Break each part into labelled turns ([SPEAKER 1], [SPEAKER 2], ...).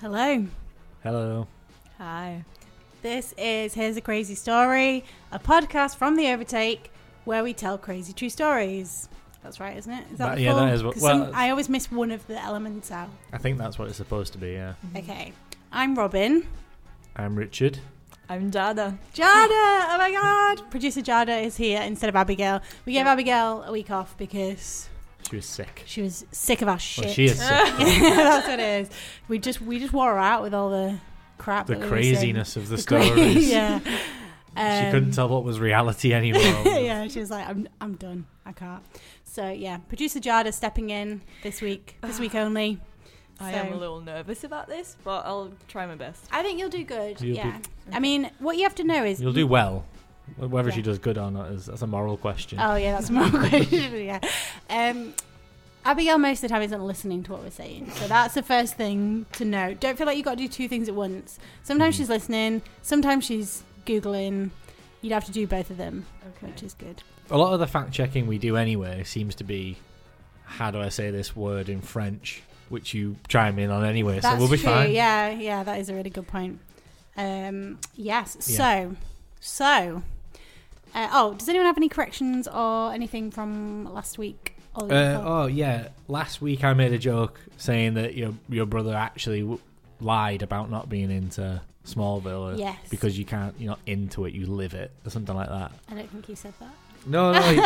[SPEAKER 1] Hello.
[SPEAKER 2] Hello.
[SPEAKER 1] Hi. This is Here's a Crazy Story, a podcast from The Overtake where we tell crazy true stories. That's right, isn't it? Is
[SPEAKER 2] That-
[SPEAKER 1] the
[SPEAKER 2] yeah,
[SPEAKER 1] full-
[SPEAKER 2] that is what-
[SPEAKER 1] 'cause
[SPEAKER 2] well,
[SPEAKER 1] some-
[SPEAKER 2] it's-
[SPEAKER 1] I always miss one of the elements out.
[SPEAKER 2] I think that's what it's supposed to be, yeah.
[SPEAKER 1] Okay. I'm Robin. Mm-hmm.
[SPEAKER 2] I'm Richard.
[SPEAKER 3] I'm Jada.
[SPEAKER 1] Jada! Oh my god! Producer Jada is here instead of Abigail. We gave Abigail a week off because
[SPEAKER 2] She was sick.
[SPEAKER 1] she was sick of our shit.
[SPEAKER 2] Well, she is sick.
[SPEAKER 1] That's what it is. We just we just wore her out with all the crap.
[SPEAKER 2] the
[SPEAKER 1] that we were saying.
[SPEAKER 2] craziness of the
[SPEAKER 1] Cra-
[SPEAKER 2] stories.
[SPEAKER 1] yeah.
[SPEAKER 2] She
[SPEAKER 1] Um,
[SPEAKER 2] couldn't tell what was reality anymore.
[SPEAKER 1] yeah, she was like, I'm, I'm done. I can't. So, yeah, producer Jada stepping in this week, this week only.
[SPEAKER 3] I
[SPEAKER 1] So-
[SPEAKER 3] am a little nervous about this, but I'll try my best.
[SPEAKER 1] I think you'll do good.
[SPEAKER 2] You'll
[SPEAKER 1] yeah.
[SPEAKER 2] do-
[SPEAKER 1] I mean, what you have to know is.
[SPEAKER 2] You'll do well. Wh- Whether she
[SPEAKER 1] Yeah.
[SPEAKER 2] does good or not is that's a moral question.
[SPEAKER 1] Oh, yeah, that's my question. Yeah. Um, Abigail, most of the time, isn't listening to what we're saying. So, that's the first thing to know. Don't feel like you've got to do two things at once. Sometimes
[SPEAKER 2] Mhm.
[SPEAKER 1] she's listening, sometimes she's Googling. You'd have to do both of them, which is good.
[SPEAKER 2] A lot of the fact checking we do anyway seems to be how do I say this word in French, which you chime in on anyway, so we'll be
[SPEAKER 1] true.
[SPEAKER 2] fine.
[SPEAKER 1] Yeah, yeah, that is a really good point. Um, yes.
[SPEAKER 2] Yeah.
[SPEAKER 1] So, so. Uh, oh, does anyone have any corrections or anything from last week? Or the week
[SPEAKER 2] Uh,
[SPEAKER 1] before?
[SPEAKER 2] oh yeah, last week I made a joke saying that your your brother actually w- lied about not being into Smallville uh,
[SPEAKER 1] Yes.
[SPEAKER 2] because you can't you're not into it, you live it or something like that.
[SPEAKER 1] I don't think he said that.
[SPEAKER 2] No, no, he- he-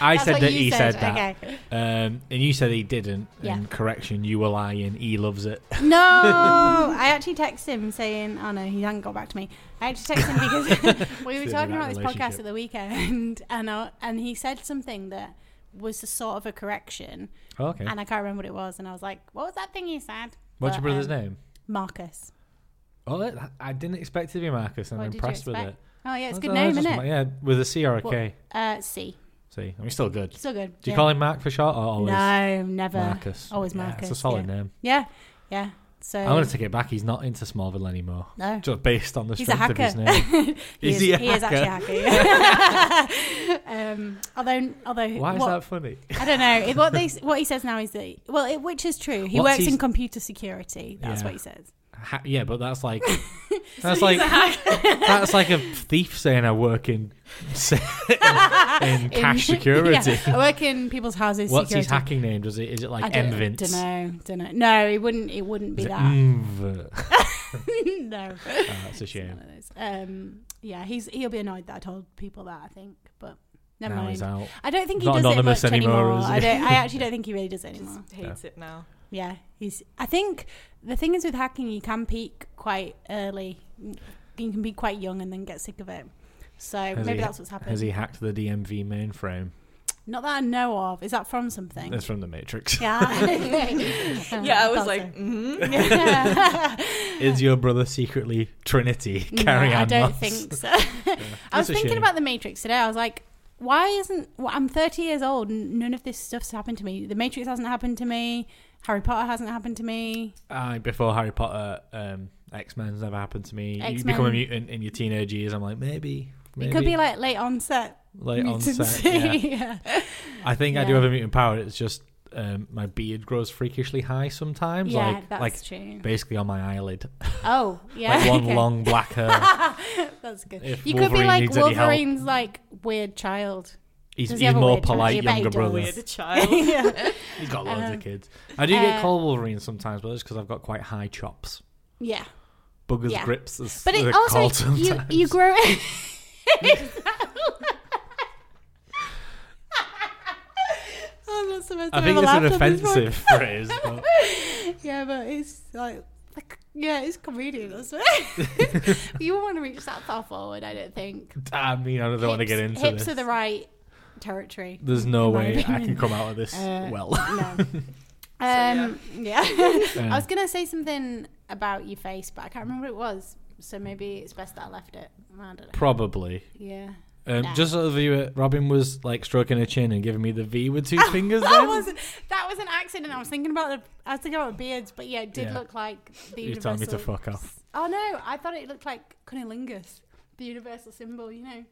[SPEAKER 2] I
[SPEAKER 1] That's
[SPEAKER 2] said
[SPEAKER 1] what
[SPEAKER 2] that
[SPEAKER 1] you
[SPEAKER 2] he said, that,
[SPEAKER 1] Okay.
[SPEAKER 2] um, and you said he didn't.
[SPEAKER 1] Yeah.
[SPEAKER 2] And correction, you were lying. He loves it.
[SPEAKER 1] No, I actually texted him saying, "Oh no, he hasn't got back to me." I actually texted him because we were
[SPEAKER 2] It's the end
[SPEAKER 1] talking
[SPEAKER 2] of
[SPEAKER 1] about
[SPEAKER 2] that
[SPEAKER 1] this
[SPEAKER 2] relationship.
[SPEAKER 1] podcast at the weekend, and I, and he said something that was a sort of a correction,
[SPEAKER 2] Oh, okay.
[SPEAKER 1] and I can't remember what it was, and I was like, "What was that thing he said?"
[SPEAKER 2] What's
[SPEAKER 1] But,
[SPEAKER 2] your brother's
[SPEAKER 1] um,
[SPEAKER 2] name?
[SPEAKER 1] Marcus.
[SPEAKER 2] Oh, that- I didn't expect it to be Marcus. I'm
[SPEAKER 1] What did you
[SPEAKER 2] impressed with it.
[SPEAKER 1] expect? Oh yeah, it's a
[SPEAKER 2] I
[SPEAKER 1] good
[SPEAKER 2] don't know,
[SPEAKER 1] name,
[SPEAKER 2] just
[SPEAKER 1] isn't
[SPEAKER 2] ma-
[SPEAKER 1] it?
[SPEAKER 2] Yeah, with a C or a K.
[SPEAKER 1] What- Uh, C.
[SPEAKER 2] See, I mean, still good.
[SPEAKER 1] Still good.
[SPEAKER 2] Do you
[SPEAKER 1] yeah.
[SPEAKER 2] call him Mark for short or always
[SPEAKER 1] No, never.
[SPEAKER 2] Marcus?
[SPEAKER 1] Always
[SPEAKER 2] Yeah,
[SPEAKER 1] Marcus.
[SPEAKER 2] It's a solid
[SPEAKER 1] yeah.
[SPEAKER 2] name.
[SPEAKER 1] Yeah, yeah. So
[SPEAKER 2] I'm gonna take it back. He's not into Smallville anymore.
[SPEAKER 1] no.
[SPEAKER 2] Just based on the
[SPEAKER 1] He's a
[SPEAKER 2] strength of his
[SPEAKER 1] hacker.
[SPEAKER 2] name.
[SPEAKER 1] He
[SPEAKER 2] Is he a
[SPEAKER 1] he is actually a hacker. yeah. um, although, although,
[SPEAKER 2] Why is
[SPEAKER 1] what,
[SPEAKER 2] that funny?
[SPEAKER 1] I don't know. It- What they, what he says now is that, well, it, which is true. He
[SPEAKER 2] What's
[SPEAKER 1] works in
[SPEAKER 2] he's-
[SPEAKER 1] computer security. That's
[SPEAKER 2] Yeah.
[SPEAKER 1] what he says.
[SPEAKER 2] Ha- yeah, but that's like that's like that's like a thief saying I work in in, in cash security.
[SPEAKER 1] yeah, I work in people's houses.
[SPEAKER 2] What's
[SPEAKER 1] security.
[SPEAKER 2] his hacking name? Does it is it
[SPEAKER 1] I
[SPEAKER 2] like
[SPEAKER 1] don't,
[SPEAKER 2] Envint?
[SPEAKER 1] don't know. Don't know. No, it wouldn't. It wouldn't be
[SPEAKER 2] Is it
[SPEAKER 1] that.
[SPEAKER 2] Env?
[SPEAKER 1] no.
[SPEAKER 2] Oh, that's a
[SPEAKER 1] It's
[SPEAKER 2] shame.
[SPEAKER 1] one of those. Um, yeah, he's he'll be annoyed that I told people that. I think, but never
[SPEAKER 2] Now
[SPEAKER 1] mind.
[SPEAKER 2] he's out.
[SPEAKER 1] I don't think he
[SPEAKER 2] Not
[SPEAKER 1] does it
[SPEAKER 2] anonymous
[SPEAKER 1] much anymore.
[SPEAKER 2] anymore, is he?
[SPEAKER 1] I don't. I actually don't think he really does it
[SPEAKER 3] Just
[SPEAKER 1] anymore.
[SPEAKER 3] hates it now.
[SPEAKER 1] Yeah, he's. I think the thing is with hacking, you can peak quite early. You can be quite young and then get sick of it. So
[SPEAKER 2] Has
[SPEAKER 1] maybe
[SPEAKER 2] he-
[SPEAKER 1] that's what's happened.
[SPEAKER 2] Has he hacked the DMV mainframe?
[SPEAKER 1] Not that I know of. Is that from something?
[SPEAKER 2] That's from the Matrix.
[SPEAKER 1] yeah.
[SPEAKER 3] Yeah, I was
[SPEAKER 1] Thought
[SPEAKER 3] like,
[SPEAKER 1] so.
[SPEAKER 3] mm
[SPEAKER 1] Yeah.
[SPEAKER 2] Is your brother secretly Trinity carrying
[SPEAKER 1] no,
[SPEAKER 2] on?
[SPEAKER 1] I don't think so. I was
[SPEAKER 2] That's a
[SPEAKER 1] thinking
[SPEAKER 2] shame.
[SPEAKER 1] about the Matrix today. I was like, why isn't well, I'm 30 years old? And none of this stuff's happened to me. The Matrix hasn't happened to me. Harry Potter hasn't happened to me.
[SPEAKER 2] I before Harry Potter, um, X Men's never happened to me. You
[SPEAKER 1] X-Men.
[SPEAKER 2] become a mutant in your teenage years. I'm like maybe, maybe
[SPEAKER 1] It could be like late onset.
[SPEAKER 2] late
[SPEAKER 1] mutancy.
[SPEAKER 2] onset. Yeah.
[SPEAKER 1] yeah.
[SPEAKER 2] I think I do
[SPEAKER 1] Yeah.
[SPEAKER 2] have a mutant power. It's just um, my beard grows freakishly high sometimes.
[SPEAKER 1] yeah,
[SPEAKER 2] like,
[SPEAKER 1] that's
[SPEAKER 2] like
[SPEAKER 1] true.
[SPEAKER 2] basically on my eyelid,
[SPEAKER 1] Oh, yeah.
[SPEAKER 2] like one
[SPEAKER 1] okay.
[SPEAKER 2] long black hair.
[SPEAKER 1] That's good.
[SPEAKER 2] if
[SPEAKER 1] you could be
[SPEAKER 2] Wolverine
[SPEAKER 1] like
[SPEAKER 2] needs any help.
[SPEAKER 1] Wolverine's like weird child.
[SPEAKER 2] He's,
[SPEAKER 1] Does
[SPEAKER 2] he's
[SPEAKER 1] he have a
[SPEAKER 2] more
[SPEAKER 1] weird child? You
[SPEAKER 2] polite
[SPEAKER 1] bet he
[SPEAKER 2] younger brother.
[SPEAKER 1] does. Um,
[SPEAKER 3] Weird child.
[SPEAKER 2] He's got loads of kids. I do get
[SPEAKER 1] uh,
[SPEAKER 2] called Wolverine sometimes, but it's because I've got quite high chops.
[SPEAKER 1] Yeah.
[SPEAKER 2] Buggers
[SPEAKER 1] yeah.
[SPEAKER 2] grips as
[SPEAKER 1] But it
[SPEAKER 2] they're called
[SPEAKER 1] also you
[SPEAKER 2] sometimes.
[SPEAKER 1] you grow I'm not supposed to
[SPEAKER 2] I think
[SPEAKER 1] have
[SPEAKER 2] it's
[SPEAKER 1] a
[SPEAKER 2] an
[SPEAKER 1] laugh on this one.
[SPEAKER 2] offensive phrase. But
[SPEAKER 1] Yeah, but it's like, like yeah, it's comedian. That's
[SPEAKER 2] Mm.
[SPEAKER 1] it. you won't want to reach that far forward, I don't think.
[SPEAKER 2] I mean, I don't want to get into
[SPEAKER 1] hips
[SPEAKER 2] this.
[SPEAKER 1] are the right territory.
[SPEAKER 2] There's no
[SPEAKER 1] in my
[SPEAKER 2] way I can
[SPEAKER 1] opinion.
[SPEAKER 2] come out of this
[SPEAKER 1] Uh,
[SPEAKER 2] well.
[SPEAKER 1] No. um, yeah. I was gonna say something about your face, but I can't remember what it was. So maybe it's best that I left it. I don't know.
[SPEAKER 2] Probably.
[SPEAKER 1] Yeah.
[SPEAKER 2] Um,
[SPEAKER 1] Nah.
[SPEAKER 2] Just so the viewer, Robin was like stroking her chin and giving me the V with two fingers.
[SPEAKER 1] Oh, That
[SPEAKER 2] Then.
[SPEAKER 1] was that was an accident. I was thinking about the I was thinking about beards, but yeah, it did
[SPEAKER 2] Yeah.
[SPEAKER 1] look like the
[SPEAKER 2] You
[SPEAKER 1] universal.
[SPEAKER 2] told me to fuck off.
[SPEAKER 1] Oh no, I thought it looked like cunnilingus, the universal symbol. You know.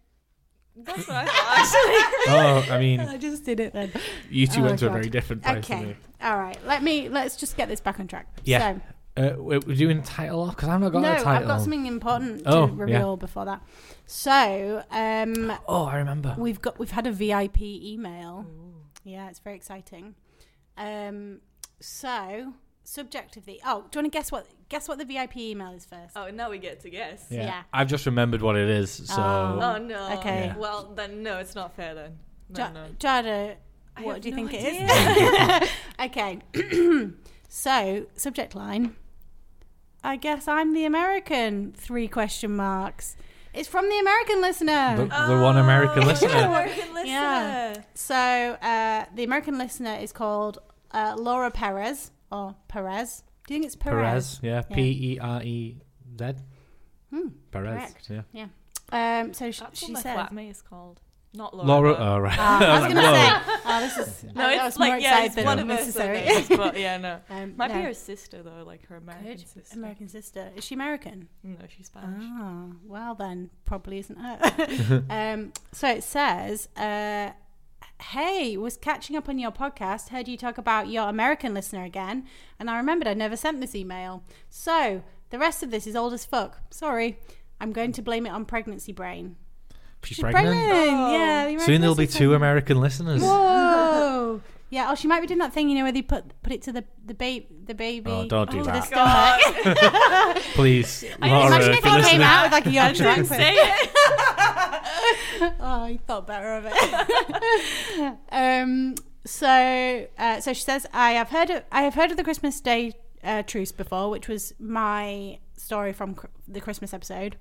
[SPEAKER 3] That's what I thought.
[SPEAKER 2] Oh, I mean,
[SPEAKER 1] I just did it then.
[SPEAKER 2] you two
[SPEAKER 1] Oh,
[SPEAKER 2] went to a
[SPEAKER 1] God.
[SPEAKER 2] very different place. than
[SPEAKER 1] Okay.
[SPEAKER 2] me.
[SPEAKER 1] All right. Let me. Let's just get this back on track.
[SPEAKER 2] Yeah.
[SPEAKER 1] So,
[SPEAKER 2] Uh, we're we're doing title off because I've not got
[SPEAKER 1] no,
[SPEAKER 2] a
[SPEAKER 1] I've
[SPEAKER 2] title.
[SPEAKER 1] got something important
[SPEAKER 2] Oh,
[SPEAKER 1] to
[SPEAKER 2] yeah.
[SPEAKER 1] reveal before that. So, um,
[SPEAKER 2] Oh, I remember.
[SPEAKER 1] we've got we've had a VIP email. Yeah, it's very exciting. Um, so subject of the oh, do you want to guess what guess what the VIP email is first?
[SPEAKER 3] Oh, now we get to guess.
[SPEAKER 2] yeah.
[SPEAKER 1] yeah.
[SPEAKER 2] I've just remembered what it is. So
[SPEAKER 3] Oh no.
[SPEAKER 1] Okay.
[SPEAKER 2] Yeah.
[SPEAKER 3] Well, then no, it's not fair then. No,
[SPEAKER 1] Ja-
[SPEAKER 3] no.
[SPEAKER 1] Jada,
[SPEAKER 3] I
[SPEAKER 1] what
[SPEAKER 3] have
[SPEAKER 1] do you
[SPEAKER 3] no
[SPEAKER 1] think it is?
[SPEAKER 3] idea.
[SPEAKER 1] Okay. so subject line. I guess I'm the American. Three question marks. It's from the American listener.
[SPEAKER 2] the, the one
[SPEAKER 1] Oh.
[SPEAKER 2] American listener.
[SPEAKER 3] American listener.
[SPEAKER 1] Yeah. So uh, the American listener is called uh, Laura Perez or Perez. Do you think it's
[SPEAKER 2] Perez,
[SPEAKER 1] Perez?
[SPEAKER 2] yeah,
[SPEAKER 1] Yeah. Hmm.
[SPEAKER 2] P E R E Z. Perez,
[SPEAKER 1] correct.
[SPEAKER 2] yeah.
[SPEAKER 1] Um, so sh-
[SPEAKER 3] That's
[SPEAKER 1] she
[SPEAKER 3] what
[SPEAKER 1] said.
[SPEAKER 3] my flatmate is called. Not Laura.
[SPEAKER 2] Laura,
[SPEAKER 3] though.
[SPEAKER 2] oh, right.
[SPEAKER 1] Ah, I was going to say. Oh, this is.
[SPEAKER 3] no,
[SPEAKER 1] I, I
[SPEAKER 3] it's
[SPEAKER 1] was more
[SPEAKER 3] like yeah,
[SPEAKER 1] excited
[SPEAKER 3] it's
[SPEAKER 1] than
[SPEAKER 3] one of us. I
[SPEAKER 1] necessary.
[SPEAKER 3] think, But yeah, no.
[SPEAKER 1] Um,
[SPEAKER 3] Might
[SPEAKER 1] no.
[SPEAKER 3] be her sister though, like her American
[SPEAKER 1] Good.
[SPEAKER 3] sister.
[SPEAKER 1] American sister. Is she American?
[SPEAKER 3] No, she's Spanish.
[SPEAKER 1] Ah, well then, probably isn't her. um, so it says, uh, "Hey, was catching up on your podcast. Heard you talk about your American listener again, and I remembered I never sent this email. So the rest of this is old as fuck. Sorry, I'm going to blame it on pregnancy brain.
[SPEAKER 2] She's
[SPEAKER 1] She's
[SPEAKER 2] pregnant.
[SPEAKER 3] Oh.
[SPEAKER 1] Yeah. the
[SPEAKER 2] Soon
[SPEAKER 1] American
[SPEAKER 2] there'll be
[SPEAKER 1] listener's
[SPEAKER 2] two
[SPEAKER 1] pregnant.
[SPEAKER 2] American listeners.
[SPEAKER 1] Whoa. Yeah, oh, she might be doing that thing, you know, where they put put it to the the, ba- the baby.
[SPEAKER 2] Oh, don't do
[SPEAKER 1] to The
[SPEAKER 2] that.
[SPEAKER 1] stomach.
[SPEAKER 2] Please, Laura,
[SPEAKER 1] Imagine
[SPEAKER 2] if
[SPEAKER 1] if
[SPEAKER 2] you're
[SPEAKER 1] it came
[SPEAKER 2] listening.
[SPEAKER 1] out with like a Yorkshire accent.
[SPEAKER 3] Say it.
[SPEAKER 1] Oh, you thought better of it. um, so, uh, so she says, I have heard of, I have heard of the Christmas Day uh, truce before, which was my story from cr- the Christmas episode,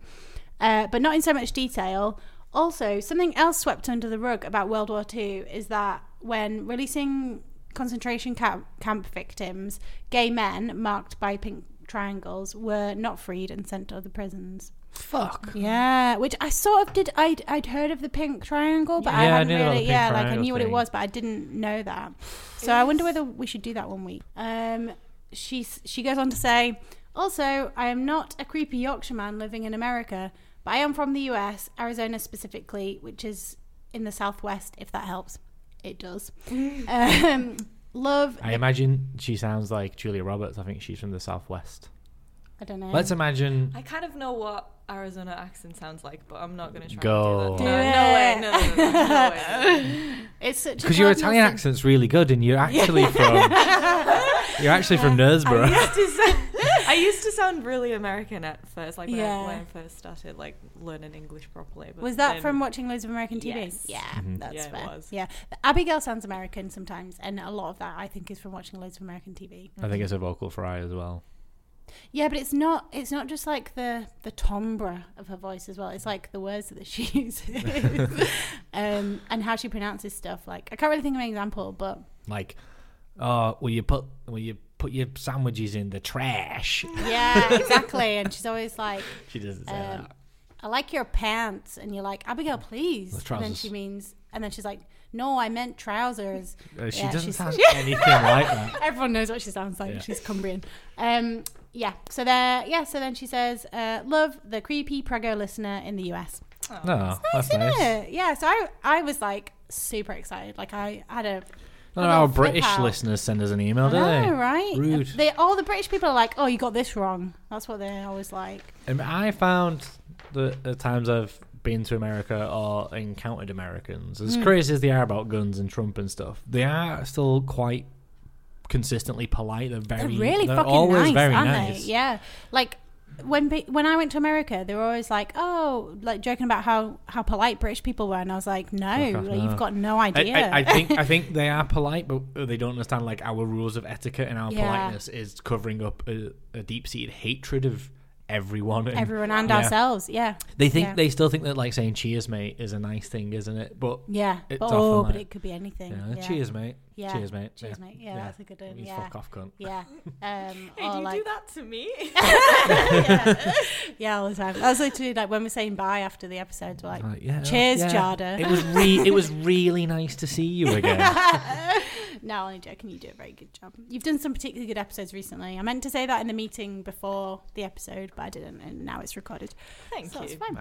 [SPEAKER 1] uh, but not in so much detail. Also, something else swept under the rug about World War II is that when releasing concentration camp, camp victims, gay men marked by pink triangles were not freed and sent to other prisons.
[SPEAKER 2] Fuck.
[SPEAKER 1] Yeah, which I sort of did. I'd, I'd heard of the pink triangle, but I
[SPEAKER 2] Yeah, I
[SPEAKER 1] hadn't
[SPEAKER 2] knew about the
[SPEAKER 1] really.
[SPEAKER 2] pink
[SPEAKER 1] Yeah, like I
[SPEAKER 2] triangle
[SPEAKER 1] knew what it
[SPEAKER 2] thing.
[SPEAKER 1] was, but I didn't know that. So I wonder whether we should do that one week. Um, she s- she goes on to say, also, I am not a creepy Yorkshire man living in America, but I am from the U.S., Arizona specifically, which is in the Southwest. If that helps, it does. um, love.
[SPEAKER 2] I imagine she sounds like Julia Roberts. I think she's from the southwest.
[SPEAKER 1] I don't know.
[SPEAKER 2] Let's imagine.
[SPEAKER 3] I kind of know what Arizona accent sounds like, but I'm not gonna try.
[SPEAKER 2] Go.
[SPEAKER 3] And do that. No, no way. No, no, no, no, way. no way.
[SPEAKER 1] it's such a
[SPEAKER 2] Because your
[SPEAKER 1] cardinal
[SPEAKER 2] Italian
[SPEAKER 1] sin.
[SPEAKER 2] accent's really good, and you're actually from you're actually from
[SPEAKER 3] I
[SPEAKER 2] Knaresborough.
[SPEAKER 3] used, to sound, I used to sound really American at first, like when,
[SPEAKER 1] Yeah.
[SPEAKER 3] I, when I first started like learning English properly. But
[SPEAKER 1] Was that
[SPEAKER 3] then-
[SPEAKER 1] from watching loads of American TV?
[SPEAKER 3] Yes.
[SPEAKER 1] Yeah,
[SPEAKER 2] Mm-hmm.
[SPEAKER 1] that's
[SPEAKER 3] Yeah, it
[SPEAKER 1] fair.
[SPEAKER 3] was.
[SPEAKER 1] Yeah, Abigail sounds American sometimes, and a lot of that I think is from watching loads of American TV.
[SPEAKER 2] I think it's a vocal fry as well.
[SPEAKER 1] Yeah, but it's not. It's not just like the the timbre of her voice as well. It's like the words that she uses, um, and how she pronounces stuff. Like I can't really think of an example, but
[SPEAKER 2] Like, oh, will you put will you put your sandwiches in the trash?
[SPEAKER 1] yeah, exactly. And she's always like,
[SPEAKER 2] She doesn't say
[SPEAKER 1] um,
[SPEAKER 2] that.
[SPEAKER 1] "I like your pants," and you're like, "Abigail, please."
[SPEAKER 2] The
[SPEAKER 1] and then
[SPEAKER 2] trousers.
[SPEAKER 1] she means, and then she's like, "No, I meant trousers."
[SPEAKER 2] Uh, she
[SPEAKER 1] yeah,
[SPEAKER 2] doesn't
[SPEAKER 1] she's-
[SPEAKER 2] sound anything like that.
[SPEAKER 1] Everyone knows what she sounds like.
[SPEAKER 2] Yeah.
[SPEAKER 1] She's Cumbrian. Um, yeah. So there. Yeah. So then she says, uh, "Love the creepy Prego listener in the US."
[SPEAKER 2] No, that's nice.
[SPEAKER 1] Yeah. Yeah. So I, I was like super excited. Like I had a
[SPEAKER 2] None of our
[SPEAKER 1] flip
[SPEAKER 2] British
[SPEAKER 1] out.
[SPEAKER 2] listeners send us an email, do
[SPEAKER 1] I
[SPEAKER 2] they?
[SPEAKER 1] know, right?
[SPEAKER 2] Rude.
[SPEAKER 1] They all the British people are like, "Oh, you got this wrong." That's what they're always like.
[SPEAKER 2] Um, I found that at times I've been to America or encountered Americans,
[SPEAKER 1] Hmm.
[SPEAKER 2] as crazy as they are about guns and Trump and stuff, they are still quite consistently polite. They're very,
[SPEAKER 1] They're really
[SPEAKER 2] they're
[SPEAKER 1] fucking
[SPEAKER 2] always
[SPEAKER 1] nice,
[SPEAKER 2] very
[SPEAKER 1] aren't
[SPEAKER 2] nice.
[SPEAKER 1] they? Yeah, like when pe- when I went to America, they were always like, "Oh, like joking about how how polite British people were," and I was like, "No,
[SPEAKER 2] Fuck off,
[SPEAKER 1] like,
[SPEAKER 2] no.
[SPEAKER 1] you've got no
[SPEAKER 2] I,
[SPEAKER 1] idea."
[SPEAKER 2] I, I think I think they are polite, but they don't understand like our rules of etiquette and our
[SPEAKER 1] Yeah.
[SPEAKER 2] politeness is covering up a, a deep-seated hatred of everyone. And
[SPEAKER 1] Everyone and
[SPEAKER 2] Yeah.
[SPEAKER 1] ourselves, yeah,
[SPEAKER 2] they think
[SPEAKER 1] Yeah.
[SPEAKER 2] they still think that like saying "cheers, mate" is a nice thing, isn't it? But
[SPEAKER 1] yeah.
[SPEAKER 2] It's
[SPEAKER 1] but,
[SPEAKER 2] often
[SPEAKER 1] oh,
[SPEAKER 2] like-
[SPEAKER 1] but it could be anything.
[SPEAKER 2] you know,
[SPEAKER 1] Yeah,
[SPEAKER 2] cheers, mate.
[SPEAKER 1] Yeah.
[SPEAKER 2] Cheers, mate.
[SPEAKER 1] Cheers, mate. Yeah, that's a good one,
[SPEAKER 2] You
[SPEAKER 1] yeah.
[SPEAKER 2] Fuck off, cunt.
[SPEAKER 1] Yeah, um,
[SPEAKER 3] Hey,
[SPEAKER 1] or
[SPEAKER 3] do you do
[SPEAKER 1] like-
[SPEAKER 3] that to me?
[SPEAKER 1] yeah, all the time. That's literally like when we're saying bye after the episodes, we're like,
[SPEAKER 2] Like, yeah, oh,
[SPEAKER 1] Cheers,
[SPEAKER 2] yeah.
[SPEAKER 1] Jada.
[SPEAKER 2] It was re- it was really nice to see you again.
[SPEAKER 1] No, only joking. You do a very good job. You've done some particularly good episodes recently. I meant to say that in the meeting before the episode, but I didn't, and now it's recorded.
[SPEAKER 3] Thank
[SPEAKER 1] So
[SPEAKER 3] you.
[SPEAKER 1] it's fine.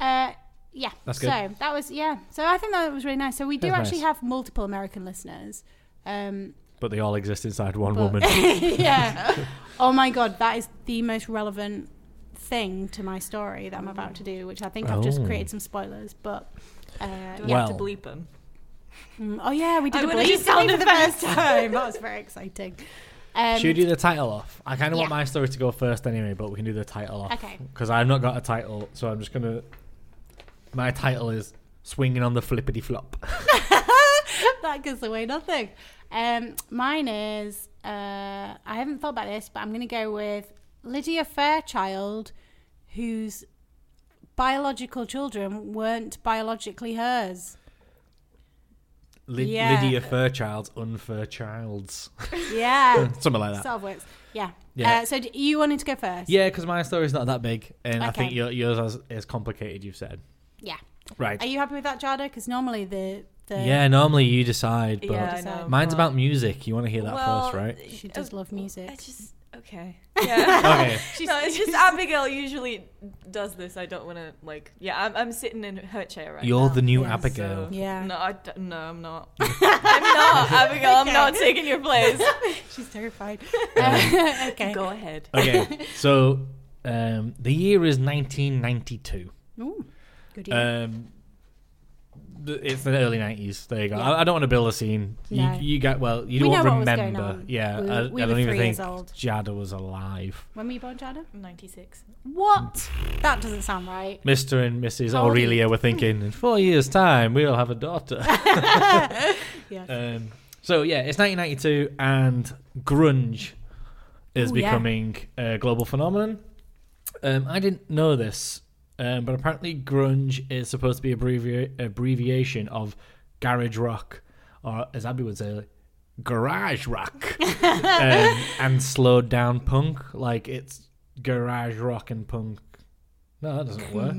[SPEAKER 1] Uh, yeah,
[SPEAKER 2] That's good.
[SPEAKER 1] So that was yeah. So I think that was really nice. So we do
[SPEAKER 2] That's
[SPEAKER 1] actually
[SPEAKER 2] nice.
[SPEAKER 1] have multiple American listeners. Um,
[SPEAKER 2] but they all exist inside one
[SPEAKER 1] but-
[SPEAKER 2] woman.
[SPEAKER 1] yeah. Oh my god, that is the most relevant thing to my story that I'm about to do, which I think I've just
[SPEAKER 2] Oh.
[SPEAKER 1] created some spoilers, but. Uh,
[SPEAKER 3] Do
[SPEAKER 1] yeah.
[SPEAKER 3] we have to
[SPEAKER 2] Well.
[SPEAKER 3] bleep them?
[SPEAKER 1] Mm, Oh yeah, we did
[SPEAKER 3] I
[SPEAKER 1] a
[SPEAKER 3] wanna
[SPEAKER 1] bleep
[SPEAKER 3] just
[SPEAKER 1] sound
[SPEAKER 3] sound
[SPEAKER 1] for the first time. That was very exciting. Um,
[SPEAKER 2] Should we do the title off? I kind of want
[SPEAKER 1] Yeah.
[SPEAKER 2] my story to go first anyway, but we can do the title off.
[SPEAKER 1] Okay.
[SPEAKER 2] Because I've not got a title, so I'm just gonna. My title is swinging on the flippity flop.
[SPEAKER 1] that gives away nothing. Um, mine is uh, I haven't thought about this, but I'm going to go with Lydia Fairchild, whose biological children weren't biologically hers.
[SPEAKER 2] Lid-
[SPEAKER 1] Yeah.
[SPEAKER 2] Lydia Fairchild's unfair childs,
[SPEAKER 1] Yeah,
[SPEAKER 2] something like that.
[SPEAKER 1] sort of works. Yeah.
[SPEAKER 2] Yeah.
[SPEAKER 1] Uh, so d- you wanted to go first?
[SPEAKER 2] yeah, because my story's not that big, and I
[SPEAKER 1] Okay.
[SPEAKER 2] think your, yours is, is complicated. You've said
[SPEAKER 1] Yeah.
[SPEAKER 2] right.
[SPEAKER 1] Are you happy with that, Jada? Because normally the the
[SPEAKER 2] yeah, normally you decide, but
[SPEAKER 3] Yeah, I
[SPEAKER 1] so-
[SPEAKER 3] know.
[SPEAKER 2] mine's
[SPEAKER 3] but-
[SPEAKER 2] about music. You want to hear that
[SPEAKER 3] well,
[SPEAKER 2] first, right?
[SPEAKER 1] she does love music.
[SPEAKER 3] It's just okay. Yeah.
[SPEAKER 2] Okay.
[SPEAKER 3] no, it's just Abigail usually does this. I don't want to like. Yeah, I'm, I'm sitting in her chair right
[SPEAKER 2] You're
[SPEAKER 3] now.
[SPEAKER 2] the new
[SPEAKER 1] yeah,
[SPEAKER 2] Abigail.
[SPEAKER 1] Yeah.
[SPEAKER 3] No, I d- no, I'm not. I'm not Abigail. I'm not taking your place.
[SPEAKER 1] She's terrified. Uh, okay.
[SPEAKER 3] Go ahead.
[SPEAKER 2] Okay, so um, the year is 1992.
[SPEAKER 1] Ooh, good evening.
[SPEAKER 2] Um, th- it's the early 90s. There you go.
[SPEAKER 1] Yeah.
[SPEAKER 2] I, I don't want to build a scene.
[SPEAKER 1] No.
[SPEAKER 2] You, you got well. You
[SPEAKER 1] We
[SPEAKER 2] don't
[SPEAKER 1] know what was
[SPEAKER 2] remember.
[SPEAKER 1] going on.
[SPEAKER 2] Yeah,
[SPEAKER 1] We
[SPEAKER 2] I,
[SPEAKER 1] were- we
[SPEAKER 2] I
[SPEAKER 1] were
[SPEAKER 2] don't even
[SPEAKER 1] three
[SPEAKER 2] think
[SPEAKER 1] years old.
[SPEAKER 2] Jada was alive.
[SPEAKER 1] when were you born, Jada?
[SPEAKER 3] 96.
[SPEAKER 1] What? That doesn't sound right.
[SPEAKER 2] Mr. and Mrs.
[SPEAKER 1] How old are you?
[SPEAKER 2] Aurelia were thinking, in four years' time, we'll have a daughter.
[SPEAKER 1] Yeah.
[SPEAKER 2] Um, so yeah, it's 1992, and grunge is
[SPEAKER 1] Ooh, yeah.
[SPEAKER 2] becoming a global phenomenon. Um, I didn't know this, um, but apparently grunge is supposed to be abbrevi- abbreviation of garage rock, or as Abby would say, garage rock, um, and slowed down punk. Like it's garage rock and punk. No, that doesn't work.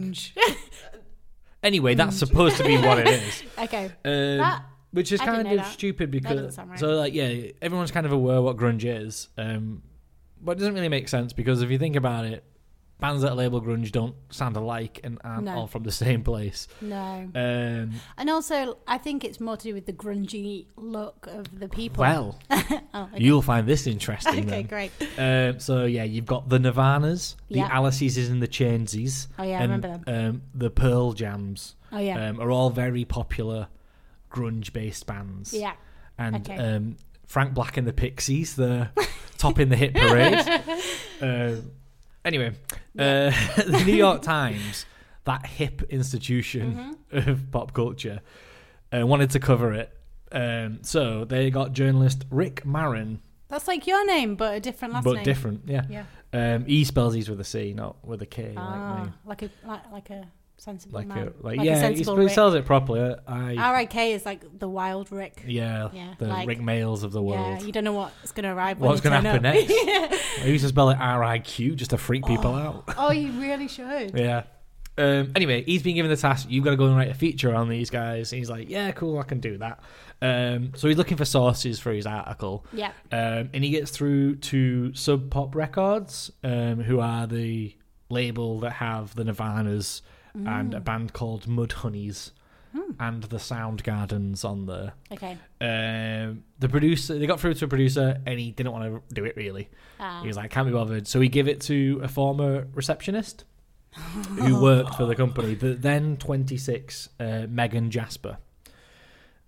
[SPEAKER 2] Anyway, that's supposed to be what it is.
[SPEAKER 1] Okay.
[SPEAKER 2] Um,
[SPEAKER 1] That-
[SPEAKER 2] which is
[SPEAKER 1] I didn't
[SPEAKER 2] kind
[SPEAKER 1] know
[SPEAKER 2] of
[SPEAKER 1] that.
[SPEAKER 2] stupid
[SPEAKER 1] doesn't
[SPEAKER 2] because
[SPEAKER 1] sound right.
[SPEAKER 2] so like yeah, everyone's kind of aware what grunge is, um, but it doesn't really make sense because if you think about it, bands that label grunge don't sound alike and aren't
[SPEAKER 1] No.
[SPEAKER 2] all from the same place.
[SPEAKER 1] No.
[SPEAKER 2] Um,
[SPEAKER 1] And also, I think it's more to do with the grungy look of the people.
[SPEAKER 2] well,
[SPEAKER 1] oh, okay.
[SPEAKER 2] you'll find this interesting. then.
[SPEAKER 1] okay, great.
[SPEAKER 2] Um, so yeah, you've got the Nirvanas, the
[SPEAKER 1] Yeah.
[SPEAKER 2] Alice's and the Chainsies.
[SPEAKER 1] Oh, yeah, I
[SPEAKER 2] and,
[SPEAKER 1] remember
[SPEAKER 2] Um, the Pearl Jams
[SPEAKER 1] Oh yeah.
[SPEAKER 2] um, are all very popular grunge-based bands.
[SPEAKER 1] yeah.
[SPEAKER 2] and
[SPEAKER 1] Okay.
[SPEAKER 2] um, Frank Black and the Pixies, the top in the hit parade. uh, anyway, uh, the New York Times, that hip institution
[SPEAKER 1] Mm-hmm.
[SPEAKER 2] of pop culture, uh, wanted to cover it. Um, so they got journalist Rick Marin,
[SPEAKER 1] That's like your name, but a different last
[SPEAKER 2] but
[SPEAKER 1] name.
[SPEAKER 2] different. Yeah.
[SPEAKER 1] Yeah.
[SPEAKER 2] Um, he spells his with a C, not with a K, like me.
[SPEAKER 1] Ah, like, a like, like a sensible
[SPEAKER 2] Like
[SPEAKER 1] man.
[SPEAKER 2] a like, yeah, he,
[SPEAKER 1] sensible
[SPEAKER 2] sp- he
[SPEAKER 1] Rick.
[SPEAKER 2] spells it properly. Uh, I
[SPEAKER 1] RIK is like the wild Rick.
[SPEAKER 2] yeah,
[SPEAKER 1] Yeah,
[SPEAKER 2] the
[SPEAKER 1] like-
[SPEAKER 2] Rick Mails of the world.
[SPEAKER 1] Yeah, you don't know what's going to arrive. when
[SPEAKER 2] What's
[SPEAKER 1] going to
[SPEAKER 2] happen next? I used to spell it R I Q just to freak people out.
[SPEAKER 1] Oh, you really should.
[SPEAKER 2] Yeah. Um, anyway, he's been given the task. You've got to go and write a feature on these guys. And he's like, "Yeah, cool, I can do that." Um, so he's looking for sources for his article,
[SPEAKER 1] Yeah.
[SPEAKER 2] um, and he gets through to Sub Pop Records, um, who are
[SPEAKER 1] Mm.
[SPEAKER 2] the label that have the Nirvanas and a band called Mudhoneys, and the Sound Gardens on there.
[SPEAKER 1] Hmm. Okay.
[SPEAKER 2] Um, the producer, they got through to a producer, and he didn't want to do it really.
[SPEAKER 1] Ah.
[SPEAKER 2] He was like, can't be bothered. So he gave it to a former receptionist who worked for the company, the then 26, uh, Megan Jasper.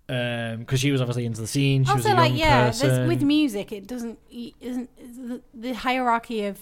[SPEAKER 2] Because she was obviously into the scene. She was a
[SPEAKER 1] also,
[SPEAKER 2] young
[SPEAKER 1] like, yeah,
[SPEAKER 2] person.
[SPEAKER 1] there's, with music, it doesn't y- isn't the- the hierarchy of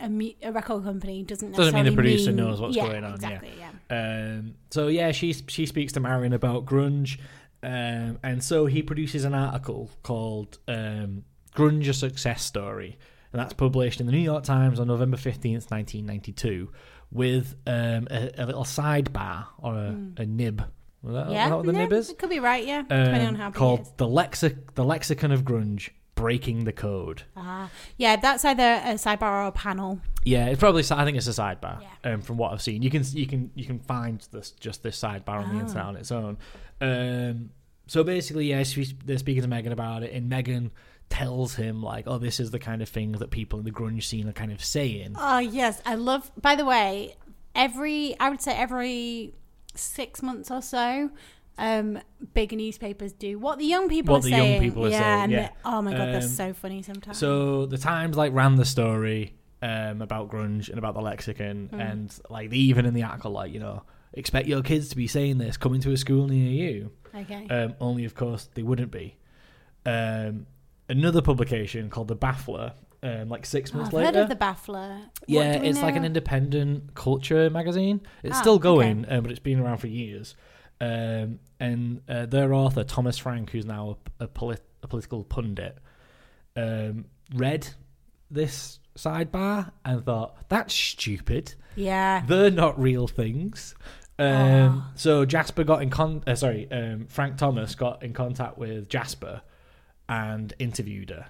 [SPEAKER 1] a, mu- a record company doesn't
[SPEAKER 2] Doesn't mean
[SPEAKER 1] necessarily
[SPEAKER 2] the producer
[SPEAKER 1] mean-
[SPEAKER 2] knows what's
[SPEAKER 1] yeah,
[SPEAKER 2] going on, yeah.
[SPEAKER 1] Exactly. Yeah.
[SPEAKER 2] Um, so yeah, she she speaks to Marion about grunge, um, and so he produces an article called um, "Grunge: A Success Story," and that's published in the New York Times on November fifteenth, nineteen ninety two, with um, a, a little sidebar or a, a nib. Is that, is
[SPEAKER 1] Hmm. Yeah.
[SPEAKER 2] that what the
[SPEAKER 1] no,
[SPEAKER 2] nib is?
[SPEAKER 1] It could be right. Yeah.
[SPEAKER 2] Um,
[SPEAKER 1] Depending on how big it
[SPEAKER 2] called
[SPEAKER 1] is.
[SPEAKER 2] the lexic the lexicon of grunge, breaking the code.
[SPEAKER 1] Ah, yeah. That's either a sidebar or a panel.
[SPEAKER 2] Yeah, it's probably. si- I think it's a sidebar.
[SPEAKER 1] Yeah.
[SPEAKER 2] Um, from what I've seen, you can you can you can find this just this sidebar
[SPEAKER 1] Ah.
[SPEAKER 2] on the internet on its own. Um, so basically, yeah, she's, they're speaking to Megan about it, and Megan tells him like, "Oh, this is the kind of thing that people in the grunge scene are kind of saying."
[SPEAKER 1] Oh yes, I love. By the way, every I would say every six months or so, um, big newspapers do what the young people
[SPEAKER 2] What
[SPEAKER 1] are
[SPEAKER 2] the young
[SPEAKER 1] saying.
[SPEAKER 2] people are saying,
[SPEAKER 1] and
[SPEAKER 2] yeah.
[SPEAKER 1] they're- oh my god, they're
[SPEAKER 2] Um,
[SPEAKER 1] so funny sometimes.
[SPEAKER 2] So the Times like ran the story um, about grunge and about the lexicon,
[SPEAKER 1] Mm.
[SPEAKER 2] and like they even in the article like, you know, expect your kids to be saying this coming to a school near you.
[SPEAKER 1] okay.
[SPEAKER 2] Um, only, of course, they wouldn't be. Um, another publication called The Baffler, um, like six
[SPEAKER 1] Oh,
[SPEAKER 2] months
[SPEAKER 1] I've
[SPEAKER 2] later.
[SPEAKER 1] heard of the baffler. What
[SPEAKER 2] yeah,
[SPEAKER 1] do we
[SPEAKER 2] it's like
[SPEAKER 1] know?
[SPEAKER 2] an independent culture magazine. It's
[SPEAKER 1] Ah,
[SPEAKER 2] still
[SPEAKER 1] okay.
[SPEAKER 2] going, um, but it's been around for years. Um, and uh, their author, Thomas Frank, who's now a, a, polit- a political pundit, um, read this sidebar and thought, that's stupid
[SPEAKER 1] yeah.
[SPEAKER 2] they're not real things. Um,
[SPEAKER 1] Ah.
[SPEAKER 2] So Jasper got in con. Uh, sorry, um, Frank Thomas got in contact with Jasper and interviewed her.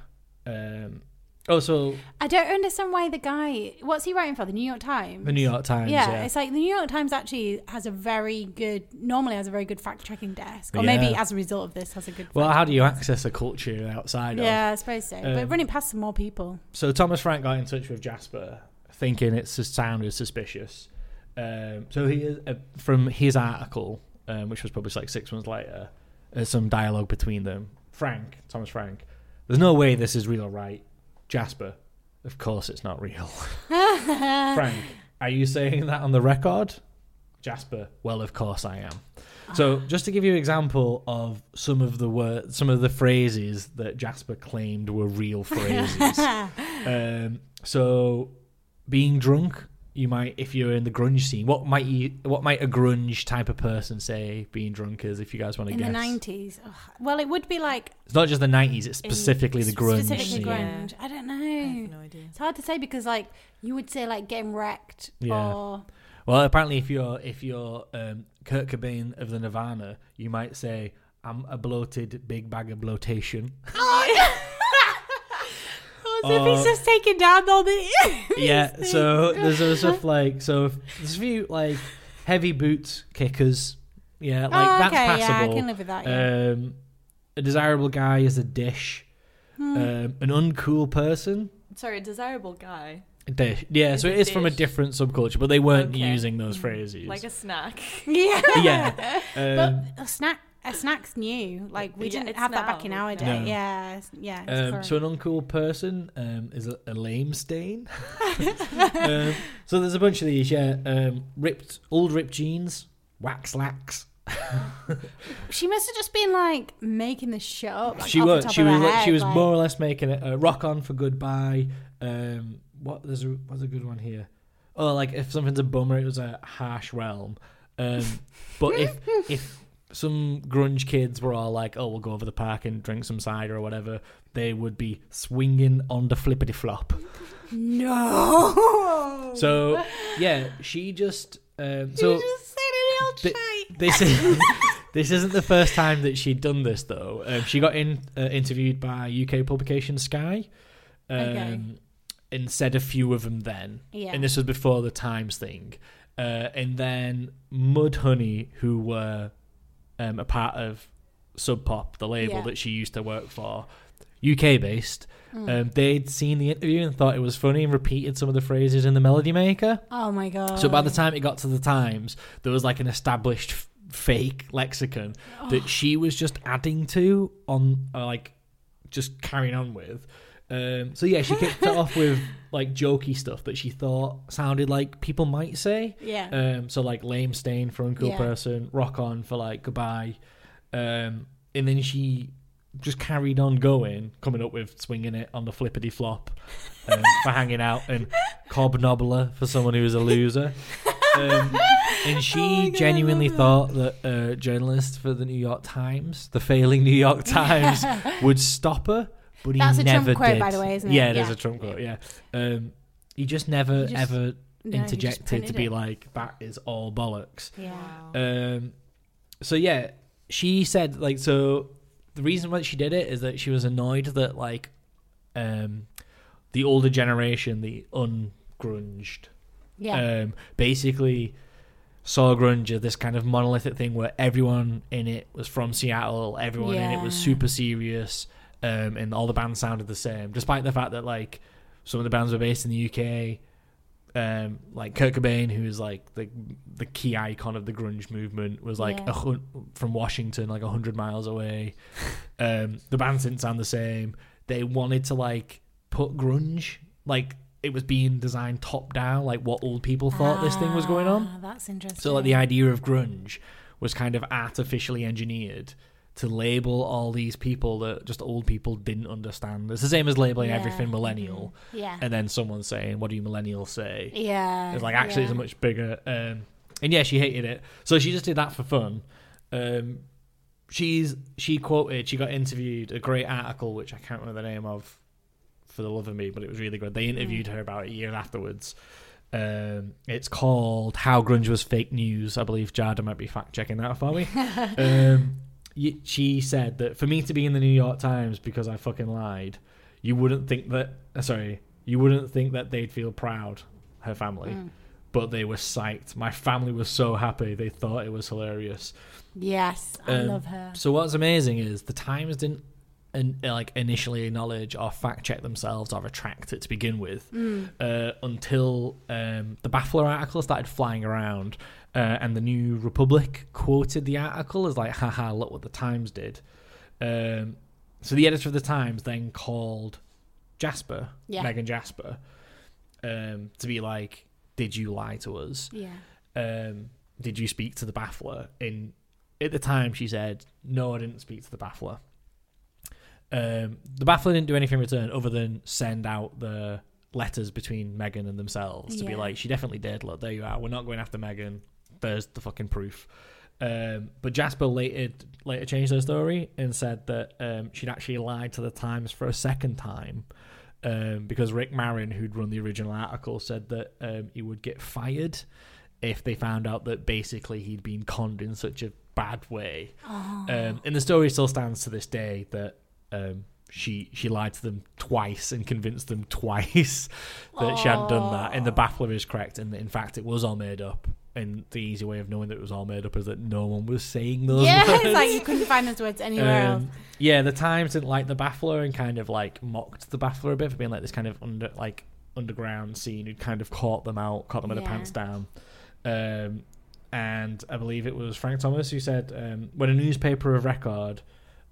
[SPEAKER 2] Um, oh, so
[SPEAKER 1] I don't understand why the guy. What's he writing for? The New York Times.
[SPEAKER 2] the New York Times.
[SPEAKER 1] yeah,
[SPEAKER 2] Yeah,
[SPEAKER 1] it's like the New York Times actually has a very good, normally has a very good fact checking desk, or maybe
[SPEAKER 2] Yeah.
[SPEAKER 1] as a result of this has a good.
[SPEAKER 2] well, how do you
[SPEAKER 1] fact-checking desk.
[SPEAKER 2] access a culture outside of?
[SPEAKER 1] Yeah, I suppose so.
[SPEAKER 2] Um,
[SPEAKER 1] but running past some more people.
[SPEAKER 2] So Thomas Frank got in touch with Jasper, thinking it sus- sounded suspicious. Um, so he, uh, from his article, um, which was published like six months later, there's some dialogue between them. Frank, Thomas Frank, there's no way this is real, right? Jasper, of course it's not real. Frank, are you saying that on the record? Jasper, well, of course I am. So,
[SPEAKER 1] Ah.
[SPEAKER 2] just to give you an example of some of the word, some of the phrases that Jasper claimed were real phrases. um, so, being drunk, you might, if you're in the grunge scene, what might you, what might a grunge type of person say? Being drunk is, if you guys want to
[SPEAKER 1] In
[SPEAKER 2] guess,
[SPEAKER 1] the nineties, well, it would be like
[SPEAKER 2] it's not just the nineties; it's specifically the grunge scene.
[SPEAKER 1] Specifically grunge. I don't know.
[SPEAKER 3] No idea.
[SPEAKER 1] It's hard to say because, like, you would say like getting wrecked
[SPEAKER 2] Yeah.
[SPEAKER 1] or
[SPEAKER 2] Well, apparently, if you're if you're um, Kurt Cobain of the Nirvana, you might say, "I'm a bloated big bag of bloatation."
[SPEAKER 1] Oh, Also, Oh, if he's
[SPEAKER 2] Or-
[SPEAKER 1] just taking down all the
[SPEAKER 2] yeah. So there's other stuff like so. if- There's a few like heavy boots kickers. Yeah, like
[SPEAKER 1] Oh,
[SPEAKER 2] that's
[SPEAKER 1] okay, yeah, I
[SPEAKER 2] passable.
[SPEAKER 1] can live with that, yeah.
[SPEAKER 2] Um, a desirable guy is a dish.
[SPEAKER 1] Hmm.
[SPEAKER 2] Um, an uncool person.
[SPEAKER 3] Sorry, desirable guy.
[SPEAKER 2] A dish. Yeah, so
[SPEAKER 3] a
[SPEAKER 2] it is from a
[SPEAKER 3] dish.
[SPEAKER 2] different subculture, but they weren't
[SPEAKER 3] Okay.
[SPEAKER 2] using those phrases.
[SPEAKER 3] Like a snack.
[SPEAKER 1] yeah.
[SPEAKER 2] yeah.
[SPEAKER 1] But
[SPEAKER 2] Um,
[SPEAKER 1] a snack, a snack's new. Like we
[SPEAKER 3] Yeah,
[SPEAKER 1] didn't
[SPEAKER 3] it's
[SPEAKER 1] have that back
[SPEAKER 3] now,
[SPEAKER 1] in our
[SPEAKER 3] yeah.
[SPEAKER 1] day.
[SPEAKER 2] No.
[SPEAKER 1] Yeah, it's- yeah. it's
[SPEAKER 2] Um,
[SPEAKER 1] current.
[SPEAKER 2] so an uncool person um, is a, a lame stain. um, so there's a bunch of these, yeah. Um, ripped, old ripped jeans, wax lax.
[SPEAKER 1] she must have just been like making this shit up. Like,
[SPEAKER 2] She
[SPEAKER 1] off the
[SPEAKER 2] was,
[SPEAKER 1] top
[SPEAKER 2] she
[SPEAKER 1] of her
[SPEAKER 2] was, like,
[SPEAKER 1] head,
[SPEAKER 2] she was
[SPEAKER 1] like-
[SPEAKER 2] more or less making it. Uh, rock on for goodbye. Um, what there's a what's a good one here? Oh, like if something's a bummer, it was a harsh realm. Um, but if if some grunge kids were all like, oh, we'll go over the park and drink some cider or whatever, they would be swinging on the flippity flop.
[SPEAKER 1] No.
[SPEAKER 2] So yeah, she just um, so
[SPEAKER 1] you just said it all
[SPEAKER 2] thi-
[SPEAKER 1] shite.
[SPEAKER 2] this is this isn't the first time that she'd done this though. Um, she got in uh, interviewed by UK publication Sky, um,
[SPEAKER 1] Okay.
[SPEAKER 2] and said a few of them then.
[SPEAKER 1] Yeah.
[SPEAKER 2] And this was before the Times thing, uh, and then Mudhoney, who were um, a part of Sub Pop, the label
[SPEAKER 1] Yeah.
[SPEAKER 2] that she used to work for, UK based.
[SPEAKER 1] Mm.
[SPEAKER 2] Um, they'd seen the interview and thought it was funny and repeated some of the phrases in the Melody Maker.
[SPEAKER 1] Oh my god.
[SPEAKER 2] So by the time it got to the Times, there was like an established f- fake lexicon
[SPEAKER 1] Oh.
[SPEAKER 2] that she was just adding to on uh, like just carrying on with. Um, so yeah, she kicked it off with like jokey stuff that she thought sounded like people might say.
[SPEAKER 1] Yeah.
[SPEAKER 2] Um, so like lame stain for uncool
[SPEAKER 1] Yeah.
[SPEAKER 2] person, rock on for like goodbye, um, and then she just carried on going, coming up with swinging it on the flippity flop um, for hanging out and cobnobbler for someone who is a loser. Um, and
[SPEAKER 1] Oh
[SPEAKER 2] she genuinely thought that uh, journalists for the New York Times, the failing New York Times, would stop her, but he
[SPEAKER 1] That's a Trump
[SPEAKER 2] never
[SPEAKER 1] quote,
[SPEAKER 2] did.
[SPEAKER 1] by the way, isn't it?
[SPEAKER 2] Yeah, there's
[SPEAKER 1] Yeah.
[SPEAKER 2] a Trump quote. Yeah, um, he just never
[SPEAKER 1] just-
[SPEAKER 2] ever
[SPEAKER 1] No, he just
[SPEAKER 2] interjected to
[SPEAKER 1] printed
[SPEAKER 2] be
[SPEAKER 1] it.
[SPEAKER 2] like, "That is all bollocks."
[SPEAKER 1] Yeah.
[SPEAKER 2] Um, so yeah, she said like so. The reason why she did it is that she was annoyed that like, um, the older generation, the ungrunged,
[SPEAKER 1] Yeah.
[SPEAKER 2] um, basically saw grunge as this kind of monolithic thing where everyone in it was from Seattle, everyone in it was
[SPEAKER 1] Yeah.
[SPEAKER 2] super serious, um, and all the bands sounded the same, despite the fact that like some of the bands were based in the UK. Um, like Kurt Cobain, who is like the the key icon of the grunge movement, was like
[SPEAKER 1] Yeah.
[SPEAKER 2] a hun- from Washington, like hundred miles away. Um, the band didn't sound the same. They wanted to like put grunge, like it was being designed top down, like what old people thought this thing was going on.
[SPEAKER 1] Ah, That's interesting.
[SPEAKER 2] So like the idea of grunge was kind of artificially engineered to label all these people that just old people didn't understand. It's the same as labeling
[SPEAKER 1] Yeah. mm-hmm.
[SPEAKER 2] everything millennial,
[SPEAKER 1] Yeah.
[SPEAKER 2] and then someone saying, "What do you millennials say?"
[SPEAKER 1] yeah.
[SPEAKER 2] It's like actually it's a much bigger. Um, and yeah, she hated it, so she just did that for fun. Um, she's she quoted, she got interviewed a great article which I can't remember the name of for the love of me, but it was really good. They
[SPEAKER 1] Mm.
[SPEAKER 2] interviewed her about a year afterwards. Um, it's called "How Grunge Was Fake News." I believe Jada might be fact checking that for me. um, y- she said that for me to be in the New York Times because I fucking lied, you wouldn't think that. uh, Sorry, you wouldn't think that they'd feel proud. Her family, but they were psyched. My family was so happy; they thought it was hilarious.
[SPEAKER 1] Yes, I
[SPEAKER 2] Um,
[SPEAKER 1] love her.
[SPEAKER 2] So what's amazing is the Times didn't in, uh, like initially acknowledge or fact check themselves or retract it to begin with
[SPEAKER 1] Mm.
[SPEAKER 2] uh, until um, the Baffler article started flying around uh, and the New Republic quoted the article as like, haha, look what the Times did. Um, so the editor of the Times then called Jasper,
[SPEAKER 1] Yeah.
[SPEAKER 2] Megan Jasper, um, to be like, did you lie to us?
[SPEAKER 1] Yeah.
[SPEAKER 2] um, did you speak to the baffler? In at the time, she said, "No, I didn't speak to the baffler." Um, the baffler didn't do anything in return other than send out the letters between Megan and themselves to be
[SPEAKER 1] Yeah.
[SPEAKER 2] like, "She definitely did. Look, there you are. We're not going after Megan. There's the fucking proof." Um, but Jasper later later changed her story and said that um, she'd actually lied to the Times for a second time um, because Rick Marin, who'd run the original article, said that um, he would get fired if they found out that basically he'd been conned in such a bad way. Um, and the story still stands to this day that um, she she lied to them twice and convinced them twice that she hadn't done that. And the baffler is correct, and in fact, it was all made up. And the easy way of knowing that it was all made up is that no one was saying those
[SPEAKER 1] Yeah,
[SPEAKER 2] words.
[SPEAKER 1] it's like you couldn't find those words anywhere else.
[SPEAKER 2] Um, yeah, the Times didn't like the Baffler and kind of like mocked the Baffler a bit for being like this kind of under like underground scene who'd kind of caught them out, caught them with
[SPEAKER 1] Yeah.
[SPEAKER 2] their pants down. Um, and I believe it was Frank Thomas who said, um, when a newspaper of record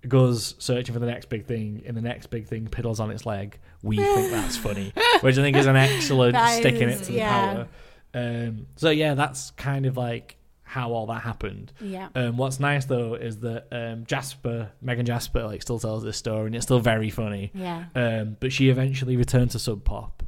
[SPEAKER 2] goes searching for the next big thing and the next big thing piddles on its leg, we think that's funny, which I think is an excellent
[SPEAKER 1] That
[SPEAKER 2] sticking
[SPEAKER 1] is-
[SPEAKER 2] it to
[SPEAKER 1] yeah.
[SPEAKER 2] the power. Um, so yeah, that's kind of like how all that happened.
[SPEAKER 1] Yeah.
[SPEAKER 2] Um, what's nice though is that um, Jasper, Megan Jasper, like still tells this story and it's still very funny.
[SPEAKER 1] Yeah.
[SPEAKER 2] Um, but she eventually returned to Sub Pop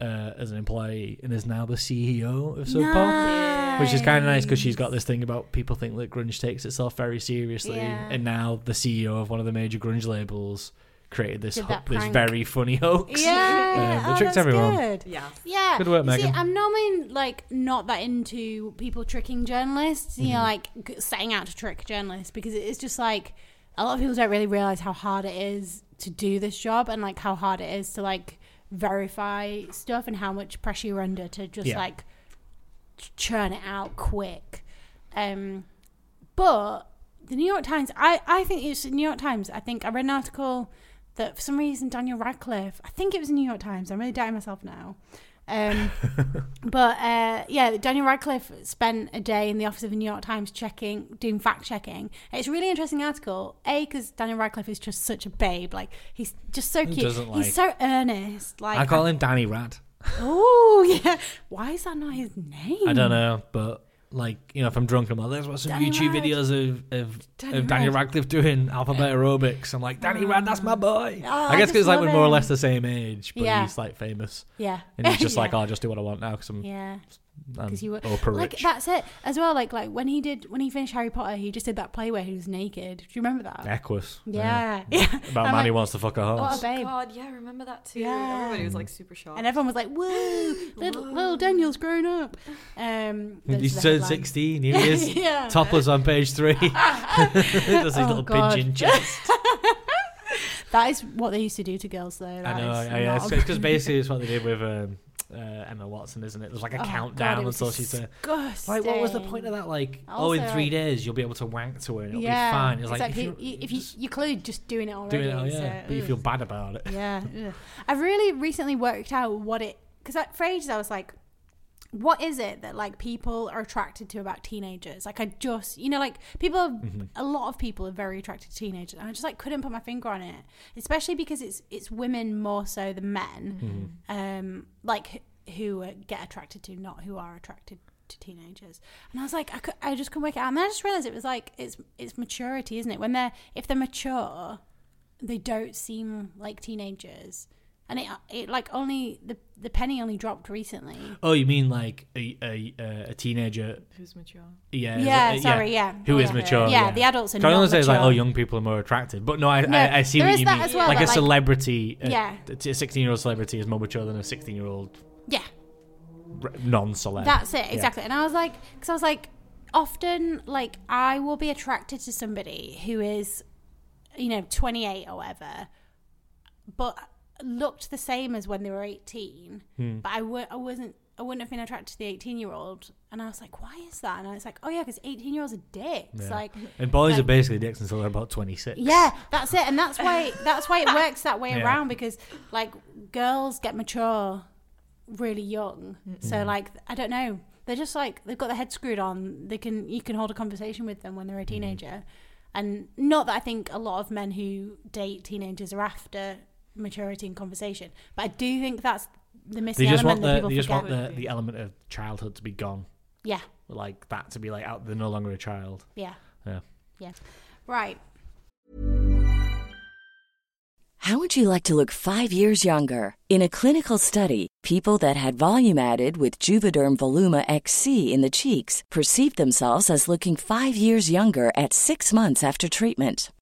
[SPEAKER 2] uh, as an employee and is now the CEO of Sub Pop, which is kind of nice because she's got this thing about people think that grunge takes itself very seriously,
[SPEAKER 1] Yeah.
[SPEAKER 2] and now the CEO of one of the major grunge labels created this
[SPEAKER 1] Did
[SPEAKER 2] ho-
[SPEAKER 1] that
[SPEAKER 2] this
[SPEAKER 1] prank.
[SPEAKER 2] very funny hoax.
[SPEAKER 1] Yeah.
[SPEAKER 2] Um, they
[SPEAKER 1] oh,
[SPEAKER 2] tricked
[SPEAKER 1] that's
[SPEAKER 2] everyone.
[SPEAKER 1] Good.
[SPEAKER 3] Yeah.
[SPEAKER 1] Yeah.
[SPEAKER 2] Good work,
[SPEAKER 1] You See,
[SPEAKER 2] Megan.
[SPEAKER 1] I'm normally like not that into people tricking journalists. You know,
[SPEAKER 2] Mm-hmm.
[SPEAKER 1] like g- setting out to trick journalists because it's just like a lot of people don't really realize how hard it is to do this job and like how hard it is to like verify stuff and how much pressure you're under to just
[SPEAKER 2] Yeah.
[SPEAKER 1] like ch- churn it out quick. Um, but the New York Times, I, I think it's the New York Times. I think I read an article that for some reason Daniel Radcliffe, I think it was the New York Times. I'm really doubting myself now. Um, but uh, yeah, Daniel Radcliffe spent a day in the office of the New York Times checking, doing fact checking. It's a really interesting article. A because Daniel Radcliffe is just such a babe. Like he's just so
[SPEAKER 2] Who
[SPEAKER 1] cute.
[SPEAKER 2] doesn't like-
[SPEAKER 1] he's so earnest. Like
[SPEAKER 2] I call him Danny Rat.
[SPEAKER 1] Oh yeah. Why is that not his name?
[SPEAKER 2] I don't know, but like you know, if I'm drunk, I'm like, "Let's watch some
[SPEAKER 1] Danny
[SPEAKER 2] YouTube
[SPEAKER 1] Rad.
[SPEAKER 2] videos of of
[SPEAKER 1] Danny
[SPEAKER 2] Danny, of Daniel
[SPEAKER 1] Rad.
[SPEAKER 2] Radcliffe doing alphabet aerobics." I'm like, "Danny Rad, that's my boy."
[SPEAKER 1] Oh, I
[SPEAKER 2] I guess
[SPEAKER 1] just
[SPEAKER 2] because like
[SPEAKER 1] love
[SPEAKER 2] we're more or
[SPEAKER 1] him.
[SPEAKER 2] less the same age, but
[SPEAKER 1] Yeah.
[SPEAKER 2] he's like famous,
[SPEAKER 1] Yeah.
[SPEAKER 2] and he's just
[SPEAKER 1] Yeah.
[SPEAKER 2] like, "Oh, "I'll just do what I want now because I'm,
[SPEAKER 1] Yeah.
[SPEAKER 2] I'm
[SPEAKER 1] because you were
[SPEAKER 2] Oprah
[SPEAKER 1] like
[SPEAKER 2] Oh, rich."
[SPEAKER 1] that's it as well. Like like when he did when he finished Harry Potter, he just did that play where he was naked. Do you remember that?
[SPEAKER 2] Equus.
[SPEAKER 1] Yeah, yeah.
[SPEAKER 2] About
[SPEAKER 1] I'm
[SPEAKER 2] man who
[SPEAKER 1] like,
[SPEAKER 2] wants to fuck a
[SPEAKER 1] What a
[SPEAKER 2] horse.
[SPEAKER 1] babe!
[SPEAKER 3] God, yeah, I remember that too.
[SPEAKER 1] Yeah.
[SPEAKER 3] Everybody was like super shocked.
[SPEAKER 1] And everyone was like, "Whoa, little, little Daniel's grown up." Um, that's
[SPEAKER 2] He's
[SPEAKER 1] the
[SPEAKER 2] turned
[SPEAKER 1] headline.
[SPEAKER 2] 16. Here he is,
[SPEAKER 1] Yeah.
[SPEAKER 2] topless on page three. Does his
[SPEAKER 1] Oh,
[SPEAKER 2] little
[SPEAKER 1] God.
[SPEAKER 2] pigeon chest.
[SPEAKER 1] That is what they used to do to girls, though.
[SPEAKER 2] I
[SPEAKER 1] That
[SPEAKER 2] know.
[SPEAKER 1] is
[SPEAKER 2] Yeah, yeah.
[SPEAKER 1] not
[SPEAKER 2] It's
[SPEAKER 1] a-
[SPEAKER 2] because basically it's what they did with um, uh, Emma Watson, isn't it? There's like a
[SPEAKER 1] Oh,
[SPEAKER 2] countdown
[SPEAKER 1] God, it was
[SPEAKER 2] until she's uh, there.
[SPEAKER 1] disgusting.
[SPEAKER 2] Like, what was the point of that? Like, oh, in
[SPEAKER 1] Also,
[SPEAKER 2] three
[SPEAKER 1] like-
[SPEAKER 2] days you'll be able to wank to her and it'll
[SPEAKER 1] yeah,
[SPEAKER 2] be fine. It's like
[SPEAKER 1] exactly.
[SPEAKER 2] if you,
[SPEAKER 1] if you, you're clearly just doing it already,
[SPEAKER 2] doing it, oh, yeah,
[SPEAKER 1] so-
[SPEAKER 2] but you feel bad about it.
[SPEAKER 1] Yeah. ugh. I've really recently worked out what it because for ages I was like, what is it that like people are attracted to about teenagers? Like I just you know like people are, a lot of people are very attracted to teenagers and I just like couldn't put my finger on it, especially because it's it's women more so than men, um like wh- who uh, get attracted to not who are attracted to teenagers. And I was like I, could, I just couldn't work it out and then I just realized it was like it's it's maturity, isn't it? When they're if they're mature, they don't seem like teenagers and it, it like only the the penny only dropped recently
[SPEAKER 2] Oh, you mean like a a, uh, a teenager?
[SPEAKER 3] Who's mature?
[SPEAKER 2] Yeah.
[SPEAKER 1] yeah
[SPEAKER 2] like-
[SPEAKER 1] sorry yeah
[SPEAKER 2] Who is
[SPEAKER 1] Yeah.
[SPEAKER 2] mature?
[SPEAKER 1] yeah, the adults are
[SPEAKER 2] Can I
[SPEAKER 1] not
[SPEAKER 2] always say it's like,
[SPEAKER 1] mature.
[SPEAKER 2] oh, young people are more attractive, but no, I
[SPEAKER 1] No,
[SPEAKER 2] I, I see
[SPEAKER 1] there
[SPEAKER 2] what
[SPEAKER 1] is
[SPEAKER 2] you
[SPEAKER 1] that
[SPEAKER 2] mean.
[SPEAKER 1] as well,
[SPEAKER 2] like a
[SPEAKER 1] but, like-
[SPEAKER 2] celebrity, a-
[SPEAKER 1] Yeah.
[SPEAKER 2] a sixteen-year-old celebrity is more mature than a sixteen-year-old
[SPEAKER 1] yeah
[SPEAKER 2] non-celeb.
[SPEAKER 1] That's it, exactly. And I was like, because I was like, often, like, I will be attracted to somebody who is, you know, 28 or whatever, but looked the same as when they were 18.
[SPEAKER 2] Hmm.
[SPEAKER 1] But I w- I wasn't, I wouldn't have been attracted to the 18 year old. And I was like, why is that? And I was like, oh, yeah, because 18 year olds are dicks.
[SPEAKER 2] Yeah.
[SPEAKER 1] Like,
[SPEAKER 2] And boys are
[SPEAKER 1] Like-
[SPEAKER 2] basically dicks until they're about twenty-six.
[SPEAKER 1] yeah, that's it, and that's why that's why it works that way
[SPEAKER 2] Yeah.
[SPEAKER 1] around because like girls get mature really young,
[SPEAKER 2] Mm-hmm.
[SPEAKER 1] so like I don't know, they're just like they've got their head screwed on. They can you can hold a conversation with them when they're a
[SPEAKER 2] Mm-hmm.
[SPEAKER 1] teenager, and not that I think a lot of men who date teenagers are after maturity and conversation, but I do think that's the missing
[SPEAKER 2] They just want
[SPEAKER 1] element that
[SPEAKER 2] the
[SPEAKER 1] people
[SPEAKER 2] they just
[SPEAKER 1] forget.
[SPEAKER 2] want the, the element of childhood to be gone,
[SPEAKER 1] yeah,
[SPEAKER 2] like that to be like out. They're no longer a child.
[SPEAKER 1] yeah,
[SPEAKER 2] Yeah.
[SPEAKER 1] yeah, right.
[SPEAKER 4] How would you like to look five years younger? In a clinical study, people that had volume added with Juvederm Voluma XC in the cheeks perceived themselves as looking five years younger at six months after treatment.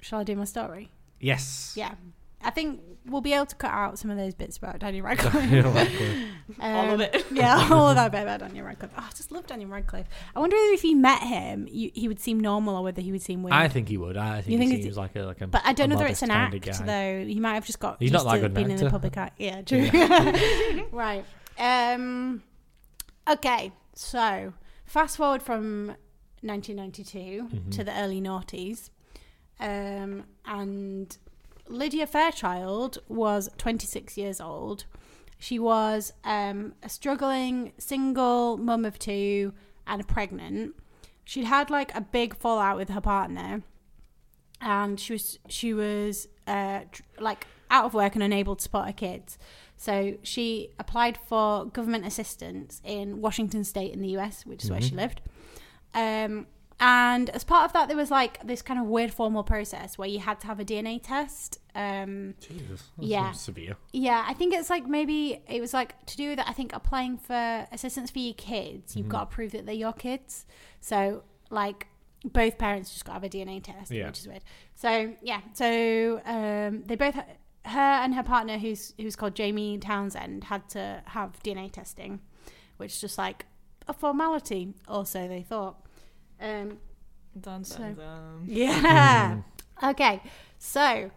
[SPEAKER 1] Shall I do my story?
[SPEAKER 2] Yes.
[SPEAKER 1] Yeah. I think we'll be able to cut out some of those bits about Daniel
[SPEAKER 2] Daniel
[SPEAKER 1] Radcliffe. Um,
[SPEAKER 2] Radcliffe.
[SPEAKER 3] All of it.
[SPEAKER 1] yeah, all of that bit about Daniel Radcliffe. Oh, I just love Daniel Radcliffe. I wonder if you met him, you, he would seem normal or whether he would seem weird.
[SPEAKER 2] I think he would. I think he
[SPEAKER 1] You think it's-
[SPEAKER 2] seems like a like a.
[SPEAKER 1] But I don't
[SPEAKER 2] a
[SPEAKER 1] know whether it's an act
[SPEAKER 2] modest kinda guy.
[SPEAKER 1] though. He might have just got
[SPEAKER 2] He's not
[SPEAKER 1] used
[SPEAKER 2] that
[SPEAKER 1] to
[SPEAKER 2] good an
[SPEAKER 1] being in the
[SPEAKER 2] actor.
[SPEAKER 1] public eye. Yeah, true. right. Um, okay, so fast forward from 1992
[SPEAKER 2] Mm-hmm.
[SPEAKER 1] to the early noughties, um, and Lydia Fairchild was 26 years old. She was um, a struggling single mum of two and pregnant. She'd had like a big fallout with her partner and she was she was uh, tr- like out of work and unable to support her kids. So she applied for government assistance in Washington State in the U.S., which is where she lived. Um, and as part of that, there was like this kind of weird formal process where you had to have a DNA test. Um,
[SPEAKER 2] Jesus. That's
[SPEAKER 1] Yeah.
[SPEAKER 2] Severe.
[SPEAKER 1] yeah, I think it's like maybe it was like to do with I think applying for assistance for your kids. You've got to prove that they're your kids. So like both parents just got to have a DNA test,
[SPEAKER 2] Yeah.
[SPEAKER 1] which is weird. So yeah, so um, they both her and her partner who's who's called Jamie Townsend had to have DNA testing, which is just like a formality. Or so they thought. Um,
[SPEAKER 3] Dun,
[SPEAKER 1] So-
[SPEAKER 3] dun, dun.
[SPEAKER 1] yeah. okay. So,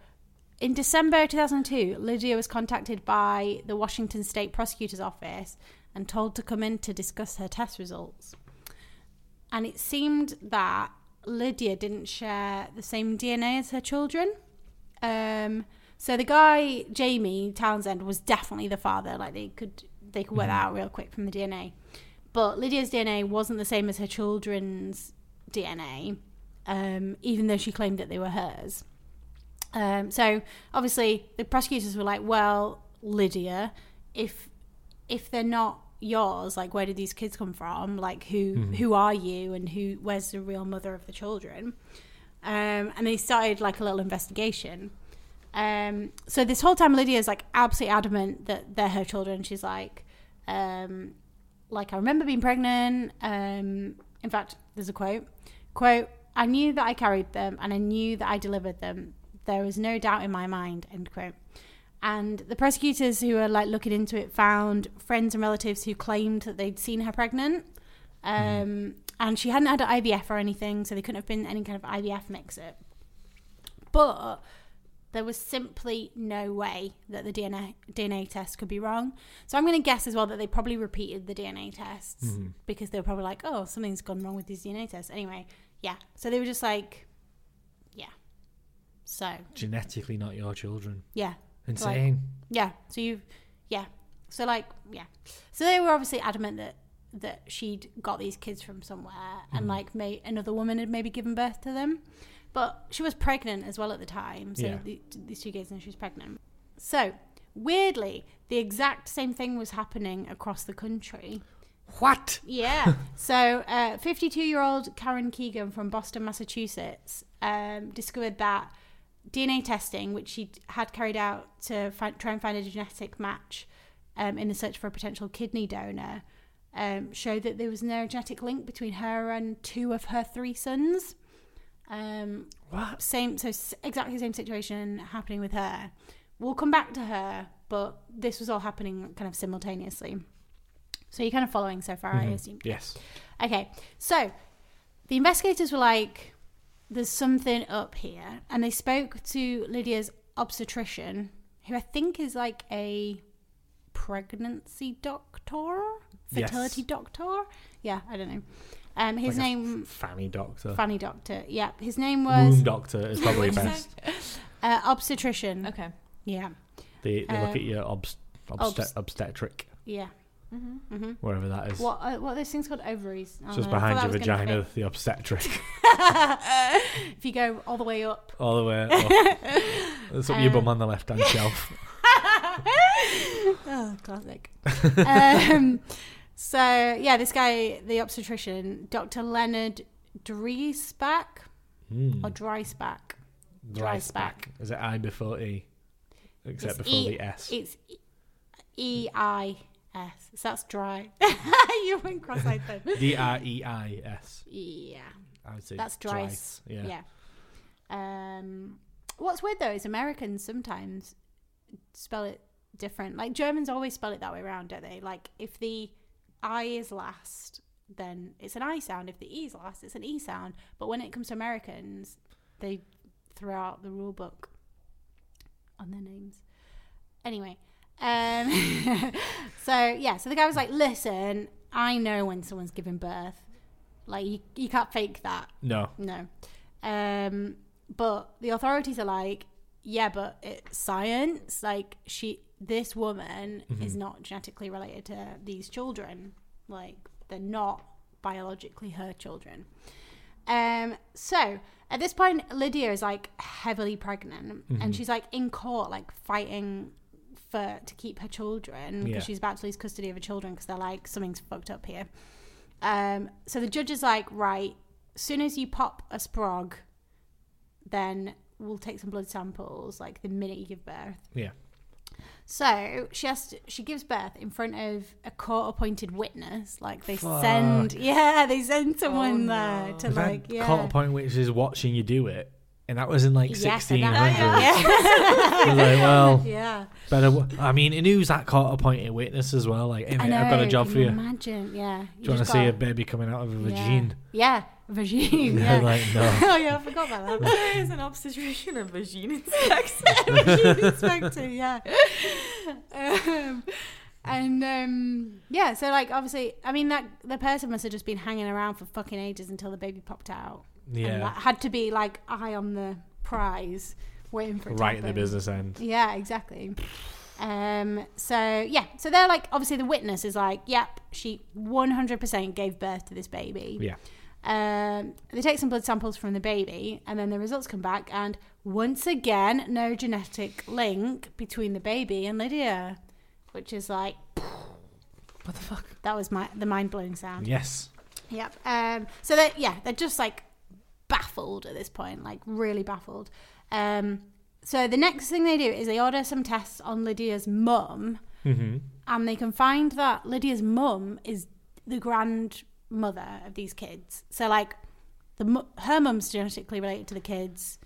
[SPEAKER 1] in December 2002, Lydia was contacted by the Washington State Prosecutor's Office and told to come in to discuss her test results. And it seemed that Lydia didn't share the same DNA as her children. Um, so the guy Jamie Townsend was definitely the father. Like they could they could work that out real quick from the DNA. But Lydia's DNA wasn't the same as her children's DNA, um, even though she claimed that they were hers. Um, so obviously the prosecutors were like, "Well, Lydia, if if they're not yours, like where did these kids come from? Like who who are you, and who where's the real mother of the children?" Um, and they started like a little investigation. Um, so this whole time, Lydia's like absolutely adamant that they're her children. She's like, um, like I remember being pregnant. Um, in fact, there's a quote. Quote, I knew that I carried them and I knew that I delivered them. There was no doubt in my mind, end quote. And the prosecutors who were like looking into it found friends and relatives who claimed that they'd seen her pregnant. Um, And she hadn't had an IVF or anything, so they couldn't have been any kind of IVF mix up. But there was simply no way that the DNA DNA test could be wrong. So I'm going to guess as well that they probably repeated the DNA tests because they were probably like, oh, something's gone wrong with these DNA tests. Anyway, yeah. So they were just like, yeah. So
[SPEAKER 2] Genetically not your children.
[SPEAKER 1] yeah,
[SPEAKER 2] Insane.
[SPEAKER 1] yeah. So you, yeah. So like, yeah. So they were obviously adamant that that she'd got these kids from somewhere, and like, may another woman had maybe given birth to them, but she was pregnant as well at the time. So
[SPEAKER 2] Yeah.
[SPEAKER 1] the, these two kids, and she was pregnant. So weirdly, the exact same thing was happening across the country.
[SPEAKER 2] What?
[SPEAKER 1] Yeah. so, uh, 52-year-old Karen Keegan from Boston, Massachusetts, um, discovered that DNA testing, which she had carried out to fi- try and find a genetic match um, in the search for a potential kidney donor, um, showed that there was no genetic link between her and two of her three sons. Um,
[SPEAKER 2] What?
[SPEAKER 1] same, so s- exactly the same situation happening with her. We'll come back to her, but this was all happening kind of simultaneously. So you're kind of following so far, I assume.
[SPEAKER 2] Mm-hmm. Yes.
[SPEAKER 1] Okay, so the investigators were like, there's something up here. And they spoke to Lydia's obstetrician, who I think is like a pregnancy doctor,
[SPEAKER 2] Yes.
[SPEAKER 1] fertility doctor. Yeah, I don't know. Um,
[SPEAKER 2] Like
[SPEAKER 1] his
[SPEAKER 2] a
[SPEAKER 1] name,
[SPEAKER 2] f- uh, Fanny Doctor.
[SPEAKER 1] Fanny Doctor. Yeah, his name
[SPEAKER 2] Womb
[SPEAKER 1] was
[SPEAKER 2] Doctor is probably best.
[SPEAKER 1] uh, obstetrician.
[SPEAKER 3] Okay.
[SPEAKER 1] Yeah,
[SPEAKER 2] They, they
[SPEAKER 1] Um,
[SPEAKER 2] look at your obst- obstet-
[SPEAKER 1] obst-
[SPEAKER 2] obstetric,
[SPEAKER 1] yeah.
[SPEAKER 2] wherever that is.
[SPEAKER 1] What uh, what are those things called? Ovaries. I don't
[SPEAKER 2] Just
[SPEAKER 1] know. I thought
[SPEAKER 2] behind your
[SPEAKER 1] that was gonna
[SPEAKER 2] vagina, the obstetric,
[SPEAKER 1] fit. If you go all the way up.
[SPEAKER 2] all the way up. That's up your
[SPEAKER 1] Um,
[SPEAKER 2] bum on the left hand shelf.
[SPEAKER 1] oh, classic. um, so yeah, this guy, the obstetrician, Dr. Leonard Driesbach
[SPEAKER 2] Hmm.
[SPEAKER 1] or Dreisbach. Drice back.
[SPEAKER 2] Is it I before E? Except
[SPEAKER 1] It's
[SPEAKER 2] before
[SPEAKER 1] E-
[SPEAKER 2] the S.
[SPEAKER 1] It's E I S. So that's dry. you went cross-eyed then.
[SPEAKER 2] D R E I S.
[SPEAKER 1] Yeah,
[SPEAKER 2] I would say
[SPEAKER 1] that's dry.
[SPEAKER 2] Dries, Yeah.
[SPEAKER 1] yeah. Um. What's weird though is Americans sometimes spell it different. Like Germans always spell it that way around, don't they? Like if the I is last, then it's an I sound. If the E is last, it's an E sound. But when it comes to Americans, they throw out the rule book on their names. Anyway, um, so yeah, so the guy was like, "Listen, I know when someone's giving birth. Like you, you can't fake that.
[SPEAKER 2] No.
[SPEAKER 1] No. Um, but the authorities are like, yeah, but it's science. Like she, this woman is not genetically related to these children. Like they're not biologically her children. Um, so at this point, Lydia is like heavily pregnant,
[SPEAKER 2] Mm-hmm.
[SPEAKER 1] and she's like in court, like fighting for to keep her children because
[SPEAKER 2] Yeah.
[SPEAKER 1] she's about to lose custody of her children because they're like something's fucked up here. Um, so the judge is like, right, soon as you pop a sprog, then we'll take some blood samples like the minute you give birth.
[SPEAKER 2] Yeah.
[SPEAKER 1] So she has to, she gives birth in front of a court appointed witness. Like they send yeah, they send someone there to
[SPEAKER 2] We've
[SPEAKER 1] like
[SPEAKER 2] Oh, had
[SPEAKER 1] yeah.
[SPEAKER 2] caught a point which is watching you do it, and that was in like
[SPEAKER 1] Yes, and
[SPEAKER 2] sixteen
[SPEAKER 1] that-
[SPEAKER 2] hundred. well,
[SPEAKER 1] yeah.
[SPEAKER 2] better. W- I mean, and who's that court appointed witness as well? Like, hey,
[SPEAKER 1] I
[SPEAKER 2] mate,
[SPEAKER 1] know.
[SPEAKER 2] I've got a job
[SPEAKER 1] can
[SPEAKER 2] for you.
[SPEAKER 1] Imagine, yeah.
[SPEAKER 2] Do you want to
[SPEAKER 1] just
[SPEAKER 2] see a
[SPEAKER 1] gotta-
[SPEAKER 2] baby coming out of a
[SPEAKER 1] yeah.
[SPEAKER 2] vagina?
[SPEAKER 1] Yeah, Vagine. Yeah.
[SPEAKER 2] like, uh, no.
[SPEAKER 1] oh yeah, I forgot about that.
[SPEAKER 3] There's an obstetrician of vagina sex.
[SPEAKER 1] inspector, yeah. Um, and um, yeah, so like obviously, I mean that the person must have just been hanging around for fucking ages until the baby popped out.
[SPEAKER 2] Yeah.
[SPEAKER 1] and that had to be like eye on the prize, waiting for it to
[SPEAKER 2] Right in the
[SPEAKER 1] happen.
[SPEAKER 2] business end.
[SPEAKER 1] Yeah, exactly. Um, so yeah, so they're like obviously the witness is like, yep, she 100% gave birth to this baby.
[SPEAKER 2] Yeah.
[SPEAKER 1] Um, they take some blood samples from the baby, and then the results come back, and once again, no genetic link between the baby and Lydia, which is like
[SPEAKER 2] What the fuck?
[SPEAKER 1] that was my the mind blowing sound.
[SPEAKER 2] Yes.
[SPEAKER 1] Yep. Um, so that yeah, they're just like baffled at this point, like really baffled. Um, so the next thing they do is they order some tests on Lydia's mum, and they can find that Lydia's mum is the grandmother of these kids. So like, the mu- her mum's genetically related to the kids.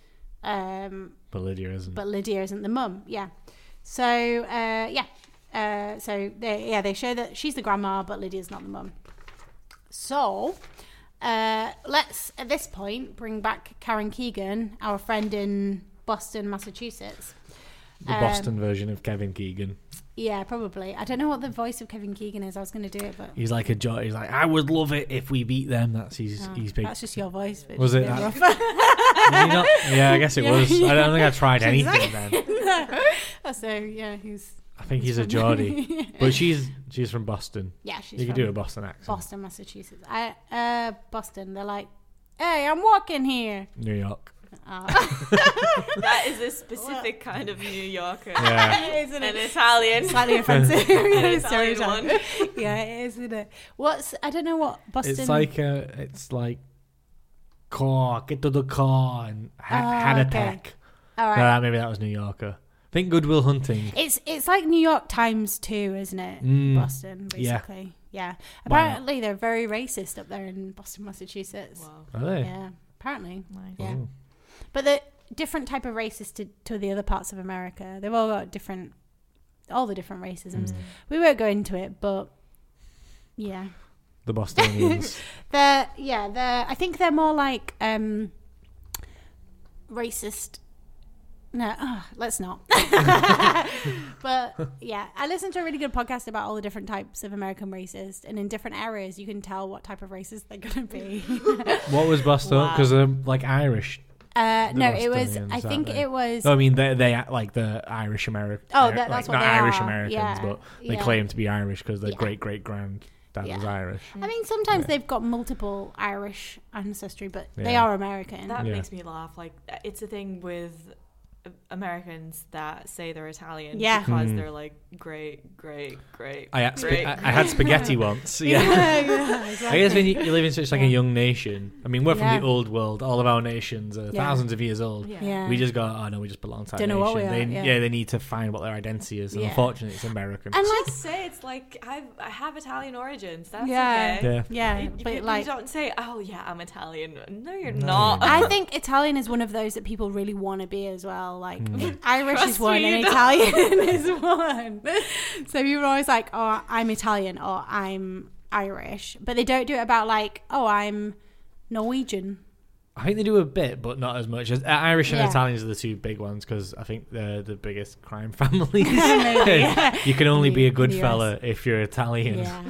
[SPEAKER 1] Um,
[SPEAKER 2] But Lydia isn't.
[SPEAKER 1] but Lydia isn't the mum. Yeah. So uh, yeah. Uh, so they, yeah, they show that she's the grandma, but Lydia's not the mum. So uh, let's at this point bring back Karen Keegan, our friend in Boston, Massachusetts.
[SPEAKER 2] the
[SPEAKER 1] um,
[SPEAKER 2] Boston version of Kevin Keegan.
[SPEAKER 1] Yeah, probably. I don't know what the voice of Kevin Keegan is. I was going to do it, but
[SPEAKER 2] He's like a joy. He's like, I would love it if we beat them. That's his.
[SPEAKER 1] no,
[SPEAKER 2] he's big.
[SPEAKER 1] Ah, that's just your voice. but
[SPEAKER 2] Was
[SPEAKER 1] it's
[SPEAKER 2] it
[SPEAKER 1] a
[SPEAKER 2] that-
[SPEAKER 1] bit rough.
[SPEAKER 2] Did he not? Yeah, I guess it
[SPEAKER 1] Yeah,
[SPEAKER 2] was. I don't think I tried
[SPEAKER 1] She's like-
[SPEAKER 2] anything then.
[SPEAKER 1] so yeah, he's
[SPEAKER 2] I think he's a Geordie, but she's she's from Boston.
[SPEAKER 1] yeah. She's
[SPEAKER 2] you could
[SPEAKER 1] from-
[SPEAKER 2] do a Boston accent.
[SPEAKER 1] Boston, Massachusetts. I uh Boston. They're like, hey, I'm walking here.
[SPEAKER 2] New York.
[SPEAKER 3] that is a specific kind of New Yorker.
[SPEAKER 2] Yeah.
[SPEAKER 3] Isn't it? An Italian.
[SPEAKER 1] Slightly offensive.
[SPEAKER 3] Italian
[SPEAKER 1] Stereotype.
[SPEAKER 3] one.
[SPEAKER 1] yeah, it is, isn't it? What's I don't know what Boston.
[SPEAKER 2] It's like a, it's like car, get to the car and had,
[SPEAKER 1] Oh,
[SPEAKER 2] had a
[SPEAKER 1] okay.
[SPEAKER 2] tech.
[SPEAKER 1] all
[SPEAKER 2] No,
[SPEAKER 1] right.
[SPEAKER 2] that- maybe that was New Yorker. I think Goodwill Hunting.
[SPEAKER 1] It's it's like New York times two, isn't it?
[SPEAKER 2] Mm.
[SPEAKER 1] Boston,
[SPEAKER 2] Yeah.
[SPEAKER 1] basically. Yeah.
[SPEAKER 2] Why not?
[SPEAKER 1] Apparently, they're very racist up there in Boston, Massachusetts.
[SPEAKER 2] Are they?
[SPEAKER 1] Yeah. Apparently. Yeah. But the different type of racist to, to the other parts of America. They've all got different, all the different racisms. We won't go into it, but yeah,
[SPEAKER 2] The Bostonians.
[SPEAKER 1] they're yeah they're. I think they're more like um racist. No, oh, let's not. but yeah, I listened to a really good podcast about all the different types of American racist, and in different areas, you can tell what type of racist they're going to be.
[SPEAKER 2] what was Boston? Because they're like Irish. the
[SPEAKER 1] uh, no, it was.
[SPEAKER 2] Bostonians,
[SPEAKER 1] I
[SPEAKER 2] aren't
[SPEAKER 1] think
[SPEAKER 2] they?
[SPEAKER 1] it was.
[SPEAKER 2] No, I mean they they act like the Irish American.
[SPEAKER 1] Oh, that- that's
[SPEAKER 2] like,
[SPEAKER 1] what
[SPEAKER 2] not
[SPEAKER 1] they
[SPEAKER 2] Irish
[SPEAKER 1] are.
[SPEAKER 2] Americans,
[SPEAKER 1] Yeah.
[SPEAKER 2] but they
[SPEAKER 1] Yeah.
[SPEAKER 2] claim to be Irish because their
[SPEAKER 1] Yeah.
[SPEAKER 2] great great granddad
[SPEAKER 1] Yeah.
[SPEAKER 2] was Irish.
[SPEAKER 3] Mm.
[SPEAKER 1] I mean, sometimes they've got multiple Irish ancestry, but they
[SPEAKER 2] Yeah.
[SPEAKER 1] are American.
[SPEAKER 3] That
[SPEAKER 2] Yeah.
[SPEAKER 3] makes me laugh. Like uh, it's a thing with uh, Americans that say they're Italian
[SPEAKER 1] Yeah.
[SPEAKER 3] because they're like great, great, great.
[SPEAKER 2] Hmm. I had, sp-
[SPEAKER 3] great.
[SPEAKER 2] I, I had spaghetti once. Yeah. I guess when you, you live in such like a young nation, I mean, we're from
[SPEAKER 1] Yeah.
[SPEAKER 2] the old world. All of our nations are
[SPEAKER 1] Yeah.
[SPEAKER 2] thousands of years old.
[SPEAKER 1] yeah.
[SPEAKER 2] We just go, oh no, we just belong to that
[SPEAKER 1] Don't know
[SPEAKER 2] nation.
[SPEAKER 1] what we
[SPEAKER 2] they,
[SPEAKER 1] are, yeah.
[SPEAKER 2] they need to find what their identity is. And
[SPEAKER 1] Yeah.
[SPEAKER 2] unfortunately, it's American.
[SPEAKER 1] and like,
[SPEAKER 3] Just say it's like I've, I have Italian origins. That's
[SPEAKER 1] yeah,
[SPEAKER 3] okay.
[SPEAKER 2] Yeah.
[SPEAKER 1] yeah,
[SPEAKER 3] You-
[SPEAKER 1] but
[SPEAKER 3] you
[SPEAKER 1] like,
[SPEAKER 3] don't say, "Oh yeah, I'm Italian." No, you're not.
[SPEAKER 1] I think Italian is one of those that people really want to be as well. well. Like
[SPEAKER 2] Mm.
[SPEAKER 1] Irish is
[SPEAKER 3] Trust
[SPEAKER 1] one
[SPEAKER 3] me,
[SPEAKER 1] and
[SPEAKER 3] you don't.
[SPEAKER 1] Italian is one. So people are always like, "Oh, I'm Italian" or "I'm Irish," but they don't do it about like, "Oh, I'm Norwegian."
[SPEAKER 2] I think they do a bit, but not as much. As, uh, Irish and
[SPEAKER 1] Yeah.
[SPEAKER 2] Italians are the two big ones because I think they're the biggest crime families.
[SPEAKER 1] Maybe, yeah.
[SPEAKER 2] you can only be a
[SPEAKER 1] The-
[SPEAKER 2] good
[SPEAKER 1] the US.
[SPEAKER 2] fella if you're Italian.
[SPEAKER 1] Yeah.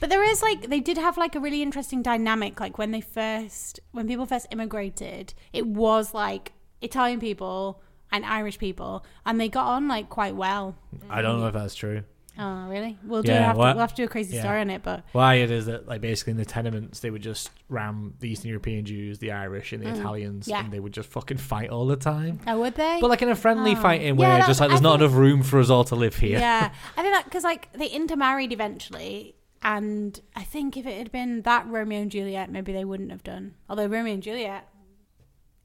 [SPEAKER 1] But there is like they did have like a really interesting dynamic like when they first when people first immigrated, it was like Italian people and Irish people and they got on like quite well.
[SPEAKER 2] I don't know if that's true.
[SPEAKER 1] Oh, really? We'll do
[SPEAKER 2] Yeah,
[SPEAKER 1] have to,
[SPEAKER 2] what-
[SPEAKER 1] we'll have to do a crazy
[SPEAKER 2] yeah.
[SPEAKER 1] story on it, but
[SPEAKER 2] Why it is that like basically in the tenements they would just ram the Eastern European Jews, the Irish, and the Italians,
[SPEAKER 1] Mm. yeah.
[SPEAKER 2] and they would just fucking fight all the time.
[SPEAKER 1] oh, would they?
[SPEAKER 2] But like in a friendly
[SPEAKER 1] Oh.
[SPEAKER 2] fighting
[SPEAKER 1] Yeah,
[SPEAKER 2] way,
[SPEAKER 1] that's-
[SPEAKER 2] just like
[SPEAKER 1] I
[SPEAKER 2] there's not
[SPEAKER 1] think-
[SPEAKER 2] enough room for us all to live here.
[SPEAKER 1] yeah, I think that because like they intermarried eventually, and I think if it had been that Romeo and Juliet, maybe they wouldn't have done. Although Romeo and Juliet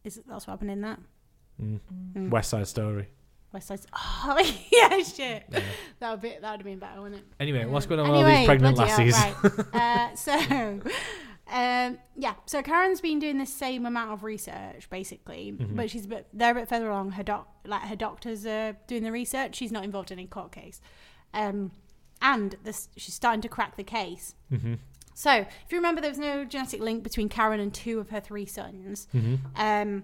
[SPEAKER 1] is that's what happened in that
[SPEAKER 2] West Side Story.
[SPEAKER 1] West Side. Oh yeah, shit. That would be that would have been better, wouldn't it?
[SPEAKER 2] Anyway, what's
[SPEAKER 1] Um,
[SPEAKER 2] going on with all Oh, these pregnant
[SPEAKER 1] bloody hell,
[SPEAKER 2] lassies?
[SPEAKER 1] right. uh, so, um, yeah. So Karen's been doing the same amount of research, basically,
[SPEAKER 2] Mm-hmm.
[SPEAKER 1] but she's a bit, they're a bit further along. Her doc, like her doctors are doing the research. She's not involved in any court case, um, and this, she's starting to crack the case.
[SPEAKER 2] Mm-hmm.
[SPEAKER 1] So, if you remember, there was no genetic link between Karen and two of her three sons.
[SPEAKER 2] Mm-hmm.
[SPEAKER 1] Um,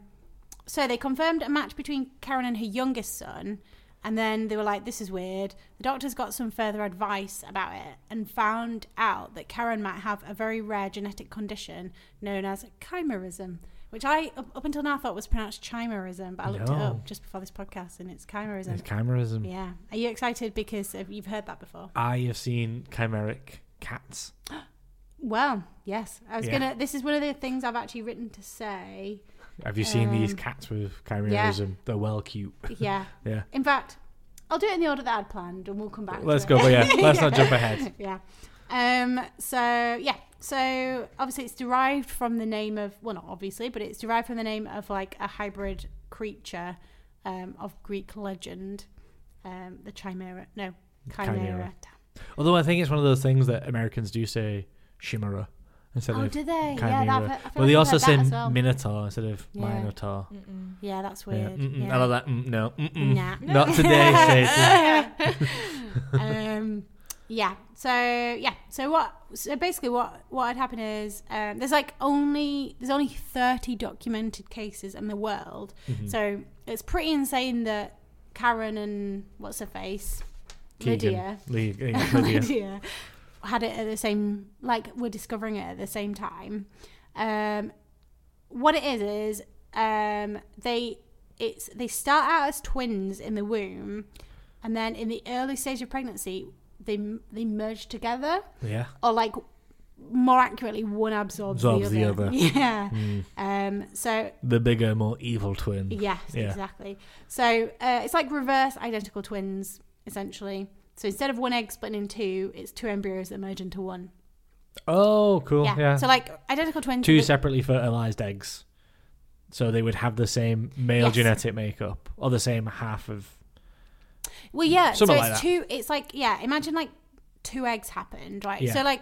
[SPEAKER 1] so they confirmed a match between Karen and her youngest son, and then they were like, "This is weird." The doctors got some further advice about it and found out that Karen might have a very rare genetic condition known as chimerism, which I up up until now thought was pronounced chimerism, but I looked it
[SPEAKER 2] No.
[SPEAKER 1] up just before this podcast, and it's chimerism.
[SPEAKER 2] It's chimerism.
[SPEAKER 1] yeah, are you excited because uh, you've heard that before?
[SPEAKER 2] I have seen chimeric cats.
[SPEAKER 1] Well, yes. I was
[SPEAKER 2] Yeah.
[SPEAKER 1] gonna. This is one of the things I've actually written to say.
[SPEAKER 2] Have you seen these cats with chimerism? They're well cute.
[SPEAKER 1] Um, Yeah.
[SPEAKER 2] Yeah.
[SPEAKER 1] In fact, I'll do it in the order that I'd planned, and we'll come back. to
[SPEAKER 2] Let's
[SPEAKER 1] it.
[SPEAKER 2] go, but yeah, let's not jump ahead.
[SPEAKER 1] yeah. Um, so yeah, so obviously it's derived from the name of well, not obviously, but it's derived from the name of like a hybrid creature um, of Greek legend, um, the chimera. No, chimera.
[SPEAKER 2] Chimera. Although I think it's one of those things that Americans do say chimera instead
[SPEAKER 1] Oh,
[SPEAKER 2] of
[SPEAKER 1] do they? Yeah,
[SPEAKER 2] chimera.
[SPEAKER 1] that- I feel
[SPEAKER 2] but
[SPEAKER 1] like
[SPEAKER 2] they
[SPEAKER 1] I've
[SPEAKER 2] also
[SPEAKER 1] heard
[SPEAKER 2] say
[SPEAKER 1] that as well.
[SPEAKER 2] minotaur instead of
[SPEAKER 1] Yeah.
[SPEAKER 2] minotaur.
[SPEAKER 1] Damn. Yeah, that's
[SPEAKER 2] Yeah.
[SPEAKER 1] weird.
[SPEAKER 2] Mm-mm.
[SPEAKER 1] Yeah.
[SPEAKER 2] I love that. Mm, no, Mm-mm.
[SPEAKER 1] Nah.
[SPEAKER 2] not today, Stacey.
[SPEAKER 1] um, yeah. So yeah. So what? So basically, what what had happened is um, there's like only there's only thirty documented cases in the world. So it's pretty insane that Karen and what's her face
[SPEAKER 2] Keegan.
[SPEAKER 1] Lydia
[SPEAKER 2] Lydia. Lydia.
[SPEAKER 1] Lydia had it at the same like we're discovering it at the same time. Um, what it is is um, they it's they start out as twins in the womb, and then in the early stage of pregnancy they they merge together,
[SPEAKER 2] yeah.
[SPEAKER 1] or like more accurately, one absorbs,
[SPEAKER 2] Absorbs the
[SPEAKER 1] the other.
[SPEAKER 2] other. Hmm.
[SPEAKER 1] Yeah. Um, so
[SPEAKER 2] The bigger, more evil twin.
[SPEAKER 1] Yes,
[SPEAKER 2] Yeah.
[SPEAKER 1] exactly. So uh, it's like reverse identical twins, essentially. So instead of one egg splitting in two, it's two embryos that merge into one.
[SPEAKER 2] Oh, cool.
[SPEAKER 1] Yeah.
[SPEAKER 2] Yeah.
[SPEAKER 1] So like identical twins.
[SPEAKER 2] Two
[SPEAKER 1] but-
[SPEAKER 2] separately fertilized eggs. So they would have the same male
[SPEAKER 1] Yes.
[SPEAKER 2] genetic makeup or the same half of.
[SPEAKER 1] Well, yeah. So it's
[SPEAKER 2] Something like that.
[SPEAKER 1] two. It's like yeah. Imagine like two eggs happened, right?
[SPEAKER 2] Yeah.
[SPEAKER 1] So like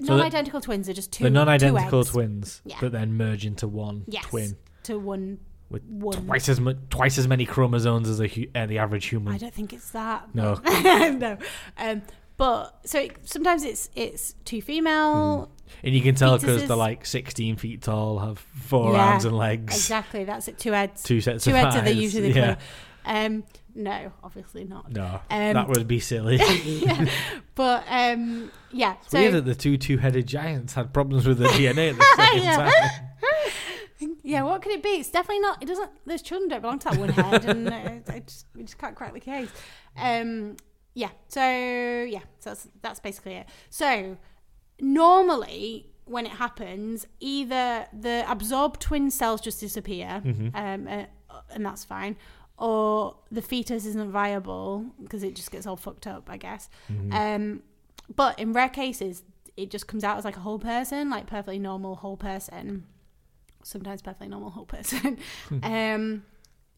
[SPEAKER 2] So the-
[SPEAKER 1] non-identical twins are just two.
[SPEAKER 2] the non identical
[SPEAKER 1] two eggs.
[SPEAKER 2] twins
[SPEAKER 1] Yeah.
[SPEAKER 2] that then merge into one
[SPEAKER 1] Yes.
[SPEAKER 2] twin
[SPEAKER 1] To one.
[SPEAKER 2] with
[SPEAKER 1] One.
[SPEAKER 2] twice as much, twice as many chromosomes as a hu- uh, the average human.
[SPEAKER 1] I don't think it's that.
[SPEAKER 2] No.
[SPEAKER 1] no. Um, but so it, sometimes it's it's two female
[SPEAKER 2] and you can tell because
[SPEAKER 1] fetuses-
[SPEAKER 2] they're like 16 feet tall, have four
[SPEAKER 1] Yeah,
[SPEAKER 2] arms and legs.
[SPEAKER 1] Exactly. That's it. Two heads.
[SPEAKER 2] Two sets
[SPEAKER 1] Two
[SPEAKER 2] of
[SPEAKER 1] heads are the
[SPEAKER 2] eyes,
[SPEAKER 1] usually the
[SPEAKER 2] yeah.
[SPEAKER 1] clue. Um, no, obviously not.
[SPEAKER 2] No,
[SPEAKER 1] Um,
[SPEAKER 2] that would be silly. it's
[SPEAKER 1] But um, yeah. So
[SPEAKER 2] weird that the two two-headed giants had problems with the DNA at the same
[SPEAKER 1] Yeah.
[SPEAKER 2] time.
[SPEAKER 1] yeah, what could it be? It's definitely not. It doesn't. Those children don't belong to that one head, and uh, I just, we just can't crack the case. Um, yeah. So yeah. So that's that's basically it. So normally when it happens, either the absorbed twin cells just disappear, um, uh, and that's fine, or the fetus isn't viable because it just gets all fucked up, I guess. Um, but in rare cases, it just comes out as like a whole person, like perfectly normal whole person. Sometimes perfectly normal whole person. um,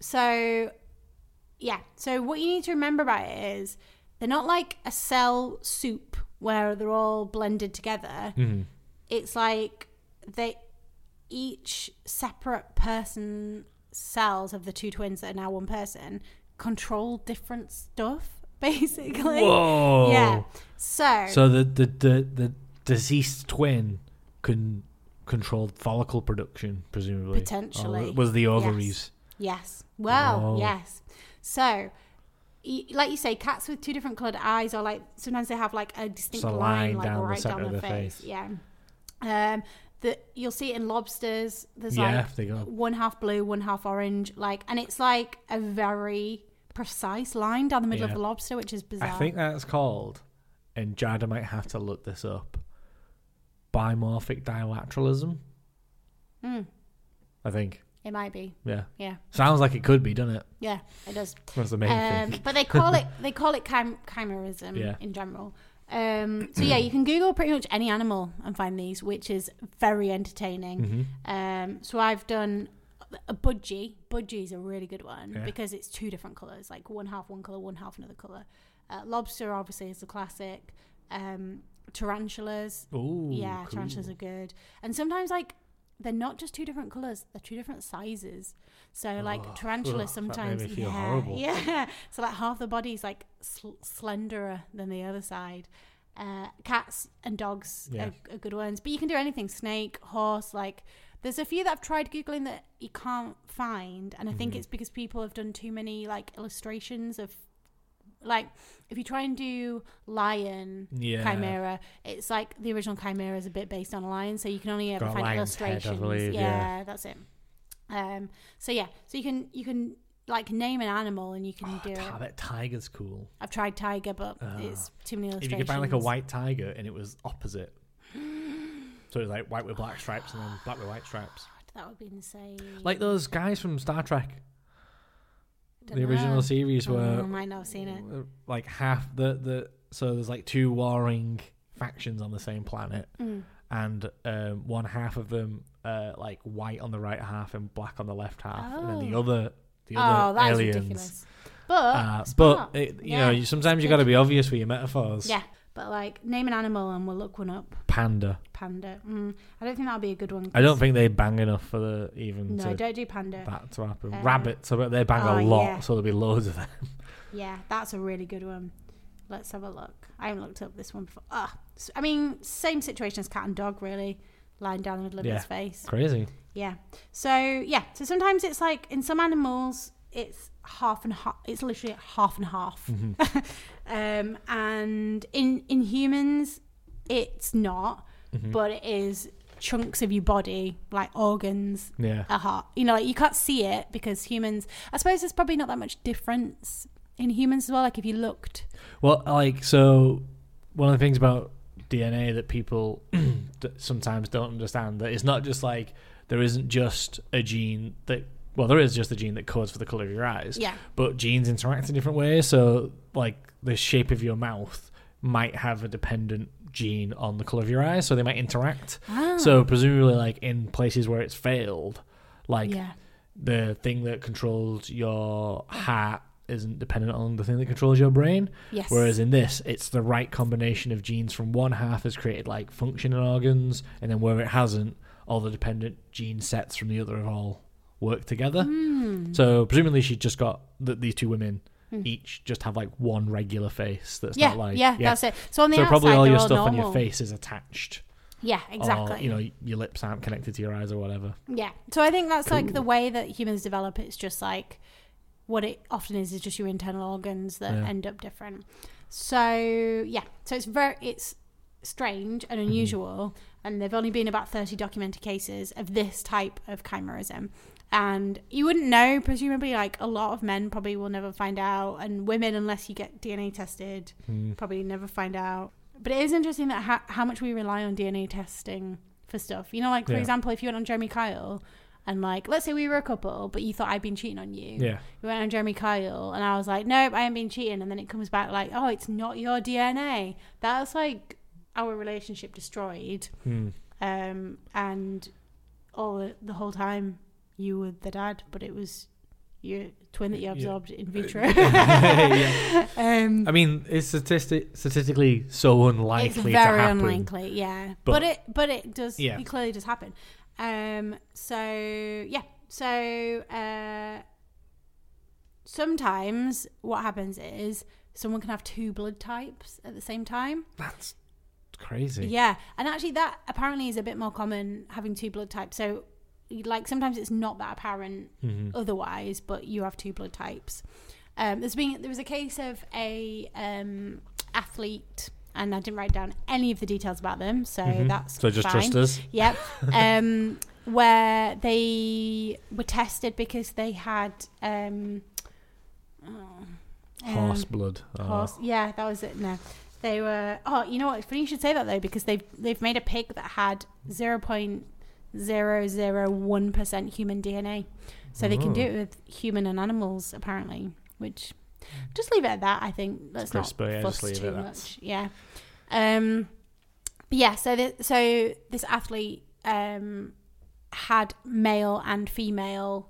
[SPEAKER 1] so yeah. So what you need to remember about it is they're not like a cell soup where they're all blended together. It's like they each separate person cells of the two twins that are now one person control different stuff, basically.
[SPEAKER 2] Whoa.
[SPEAKER 1] Yeah. So,
[SPEAKER 2] Oh. So the the, the the deceased twin can control follicle production, presumably. Or
[SPEAKER 1] Potentially,
[SPEAKER 2] it was the
[SPEAKER 1] yes.
[SPEAKER 2] ovaries.
[SPEAKER 1] yes. Well,
[SPEAKER 2] Oh.
[SPEAKER 1] yes. So, y- like you say, cats with two different coloured eyes are like sometimes they have like a distinct
[SPEAKER 2] Just a line
[SPEAKER 1] line, like
[SPEAKER 2] down the
[SPEAKER 1] right
[SPEAKER 2] centre
[SPEAKER 1] down
[SPEAKER 2] of
[SPEAKER 1] the,
[SPEAKER 2] the
[SPEAKER 1] face.
[SPEAKER 2] face.
[SPEAKER 1] Yeah. Um, the, you'll see it in lobsters. There's
[SPEAKER 2] Yeah,
[SPEAKER 1] like
[SPEAKER 2] they got-
[SPEAKER 1] one half blue, one half orange, like, and it's like a very precise line down the middle
[SPEAKER 2] Yeah.
[SPEAKER 1] of the lobster, which is bizarre.
[SPEAKER 2] I think that's called, and Jada might have to look this up. Bimorphic dilateralism.
[SPEAKER 1] Mm,
[SPEAKER 2] I think.
[SPEAKER 1] it might be.
[SPEAKER 2] Yeah.
[SPEAKER 1] Yeah.
[SPEAKER 2] Sounds like it could be, doesn't it?
[SPEAKER 1] Yeah, it does.
[SPEAKER 2] That's the main
[SPEAKER 1] um,
[SPEAKER 2] thing.
[SPEAKER 1] But they call it they call it chim- chimerism
[SPEAKER 2] Yeah. Mm.
[SPEAKER 1] in general. Um, so yeah, you can Google pretty much any animal and find these, which is very entertaining.
[SPEAKER 2] Mm-hmm.
[SPEAKER 1] Um, so I've done a budgie. Budgie is a really good one
[SPEAKER 2] Yeah.
[SPEAKER 1] because it's two different colors, like one half one color, one half another color. Uh, lobster obviously is the classic. Um, tarantulas,
[SPEAKER 2] Ooh.
[SPEAKER 1] yeah,
[SPEAKER 2] cool.
[SPEAKER 1] tarantulas are good. And sometimes like they're not just two different colors; they're two different sizes. So like
[SPEAKER 2] ugh,
[SPEAKER 1] tarantula
[SPEAKER 2] Oh, that made
[SPEAKER 1] sometimes,
[SPEAKER 2] me feel
[SPEAKER 1] yeah,
[SPEAKER 2] horrible.
[SPEAKER 1] yeah. So like half the body's like sl- slenderer than the other side. Uh, cats and dogs
[SPEAKER 2] Yeah.
[SPEAKER 1] are, are good ones, but you can do anything: snake, horse. Like there's a few that I've tried googling that you can't find, and I
[SPEAKER 2] Mm-hmm.
[SPEAKER 1] think it's because people have done too many like illustrations of. Like if you try and do lion
[SPEAKER 2] Yeah.
[SPEAKER 1] chimera, it's like the original chimera is a bit based on a lion, so you can only ever
[SPEAKER 2] Got a
[SPEAKER 1] find
[SPEAKER 2] lion's head, I
[SPEAKER 1] illustrations.
[SPEAKER 2] believe,
[SPEAKER 1] yeah,
[SPEAKER 2] yeah.
[SPEAKER 1] that's it. Um, so yeah, so you can you can like name an animal and you can
[SPEAKER 2] Oh,
[SPEAKER 1] do
[SPEAKER 2] I
[SPEAKER 1] it.
[SPEAKER 2] bet tiger's cool.
[SPEAKER 1] I've tried tiger, but it's too many
[SPEAKER 2] If
[SPEAKER 1] illustrations.
[SPEAKER 2] you could find like a white tiger and it was opposite. So it was like white with black stripes and then black with white stripes.
[SPEAKER 1] that would be insane.
[SPEAKER 2] Like those guys from Star Trek,
[SPEAKER 1] Don't
[SPEAKER 2] the original
[SPEAKER 1] know.
[SPEAKER 2] series,
[SPEAKER 1] Oh,
[SPEAKER 2] were
[SPEAKER 1] I might not have seen it.
[SPEAKER 2] uh, like half the the so there's like two warring factions on the same planet
[SPEAKER 1] Mm.
[SPEAKER 2] and um, one half of them uh, like white on the right half and black on the left half and then the
[SPEAKER 1] Oh.
[SPEAKER 2] other the
[SPEAKER 1] Oh,
[SPEAKER 2] other
[SPEAKER 1] that is
[SPEAKER 2] aliens
[SPEAKER 1] ridiculous. But
[SPEAKER 2] uh, but
[SPEAKER 1] smart.
[SPEAKER 2] it, you
[SPEAKER 1] Yeah.
[SPEAKER 2] know you, sometimes you got to be obvious with your metaphors
[SPEAKER 1] yeah. But like name an animal and we'll look one up.
[SPEAKER 2] panda
[SPEAKER 1] Panda. Mm, I don't think that'll be a good one.
[SPEAKER 2] i don't think they bang enough for the even
[SPEAKER 1] No,
[SPEAKER 2] to,
[SPEAKER 1] don't do panda.
[SPEAKER 2] that to happen
[SPEAKER 1] Uh,
[SPEAKER 2] rabbits i bet they bang a
[SPEAKER 1] oh,
[SPEAKER 2] lot
[SPEAKER 1] yeah.
[SPEAKER 2] so there'll be loads of them
[SPEAKER 1] Yeah, that's a really good one. Let's have a look. I haven't looked up this one before. Ah, s- I mean, same situation as cat and dog, really, lying down the middle of
[SPEAKER 2] yeah
[SPEAKER 1] his face.
[SPEAKER 2] crazy
[SPEAKER 1] Yeah. So yeah. So sometimes it's like in some animals, it's half and half. It's literally half and half.
[SPEAKER 2] Mm-hmm.
[SPEAKER 1] um, and in in humans, it's not,
[SPEAKER 2] Mm-hmm.
[SPEAKER 1] but it is chunks of your body, like organs,
[SPEAKER 2] yeah
[SPEAKER 1] a heart. You know, like you can't see it because humans. I suppose there's probably not that much difference in humans as well. Like if you looked,
[SPEAKER 2] Well, like so, one of the things about DNA that people d- sometimes don't understand that it's not just like there isn't just a gene that well there is just a gene that codes for the color of your eyes.
[SPEAKER 1] Yeah.
[SPEAKER 2] But genes interact in different ways, so like the shape of your mouth might have a dependent gene on the color of your eyes, so they might interact.
[SPEAKER 1] Ah.
[SPEAKER 2] So presumably, like in places where it's failed, like
[SPEAKER 1] Yeah.
[SPEAKER 2] the thing that controls your heart isn't dependent on the thing that controls your brain.
[SPEAKER 1] Yes.
[SPEAKER 2] Whereas in this, it's the right combination of genes from one half has created like functioning organs, and then where it hasn't, all the dependent gene sets from the other have all worked together.
[SPEAKER 1] Hmm.
[SPEAKER 2] So presumably, she just got that these two women each just have like one regular face that's
[SPEAKER 1] yeah,
[SPEAKER 2] not like
[SPEAKER 1] yeah, that's it. So on the
[SPEAKER 2] so
[SPEAKER 1] outside,
[SPEAKER 2] probably all
[SPEAKER 1] they're
[SPEAKER 2] your
[SPEAKER 1] all
[SPEAKER 2] stuff on
[SPEAKER 1] normal.
[SPEAKER 2] your face is attached.
[SPEAKER 1] Yeah, exactly.
[SPEAKER 2] Or, you know, your lips aren't connected to your eyes or whatever.
[SPEAKER 1] Yeah. So I think that's like the way that humans develop. It's just like what it often is is just your internal organs that
[SPEAKER 2] Yeah.
[SPEAKER 1] end up different. So yeah. So it's very it's strange
[SPEAKER 2] Mm-hmm.
[SPEAKER 1] and unusual, and there've only been about thirty documented cases of this type of chimerism. And you wouldn't know, presumably, like a lot of men probably will never find out, and women, unless you get DNA tested,
[SPEAKER 2] Mm.
[SPEAKER 1] probably never find out. But it is interesting that how, how much we rely on DNA testing for stuff. You know, like for
[SPEAKER 2] Yeah.
[SPEAKER 1] example, if you went on Jeremy Kyle and like, let's say we were a couple, but you thought I'd been cheating on you.
[SPEAKER 2] Yeah.
[SPEAKER 1] We went on Jeremy Kyle, and I was like, nope, I haven't been cheating. And then it comes back like, oh, it's not your DNA. That's like our relationship destroyed. Um, and all the, the whole time you were the dad, but it was your twin that you absorbed in vitro. um,
[SPEAKER 2] I mean, it's statistic statistically so unlikely
[SPEAKER 1] it's very
[SPEAKER 2] to happen.
[SPEAKER 1] unlikely, yeah. But,
[SPEAKER 2] But-
[SPEAKER 1] it but it does
[SPEAKER 2] Yeah.
[SPEAKER 1] it clearly does happen. Um, so yeah, So uh, sometimes what happens is someone can have two blood types at the same time.
[SPEAKER 2] That's crazy.
[SPEAKER 1] Yeah, and actually, that apparently is a bit more common having two blood types. So, like sometimes it's not that apparent
[SPEAKER 2] Mhm.
[SPEAKER 1] otherwise, but you have two blood types. Um, there's been there was a case of a um, athlete, and I didn't write down any of the details about them, so
[SPEAKER 2] Mhm.
[SPEAKER 1] that's
[SPEAKER 2] So just
[SPEAKER 1] fine.
[SPEAKER 2] trust us.
[SPEAKER 1] Yep. Um, where they were tested because they had um, oh,
[SPEAKER 2] Horse
[SPEAKER 1] um,
[SPEAKER 2] blood. Oh.
[SPEAKER 1] Horse. Yeah, that was it. No, they were. Oh, you know what? It's funny you should say that though, because they've they've made a pig that had zero point zero zero one percent human DNA, so they can do
[SPEAKER 2] Oh.
[SPEAKER 1] it with human and animals apparently. Which just leave it at that. I think let's not
[SPEAKER 2] crisper, yeah,
[SPEAKER 1] fuss
[SPEAKER 2] just leave it
[SPEAKER 1] too
[SPEAKER 2] at that.
[SPEAKER 1] much. Yeah. Um. But yeah. So th- so this athlete um had male and female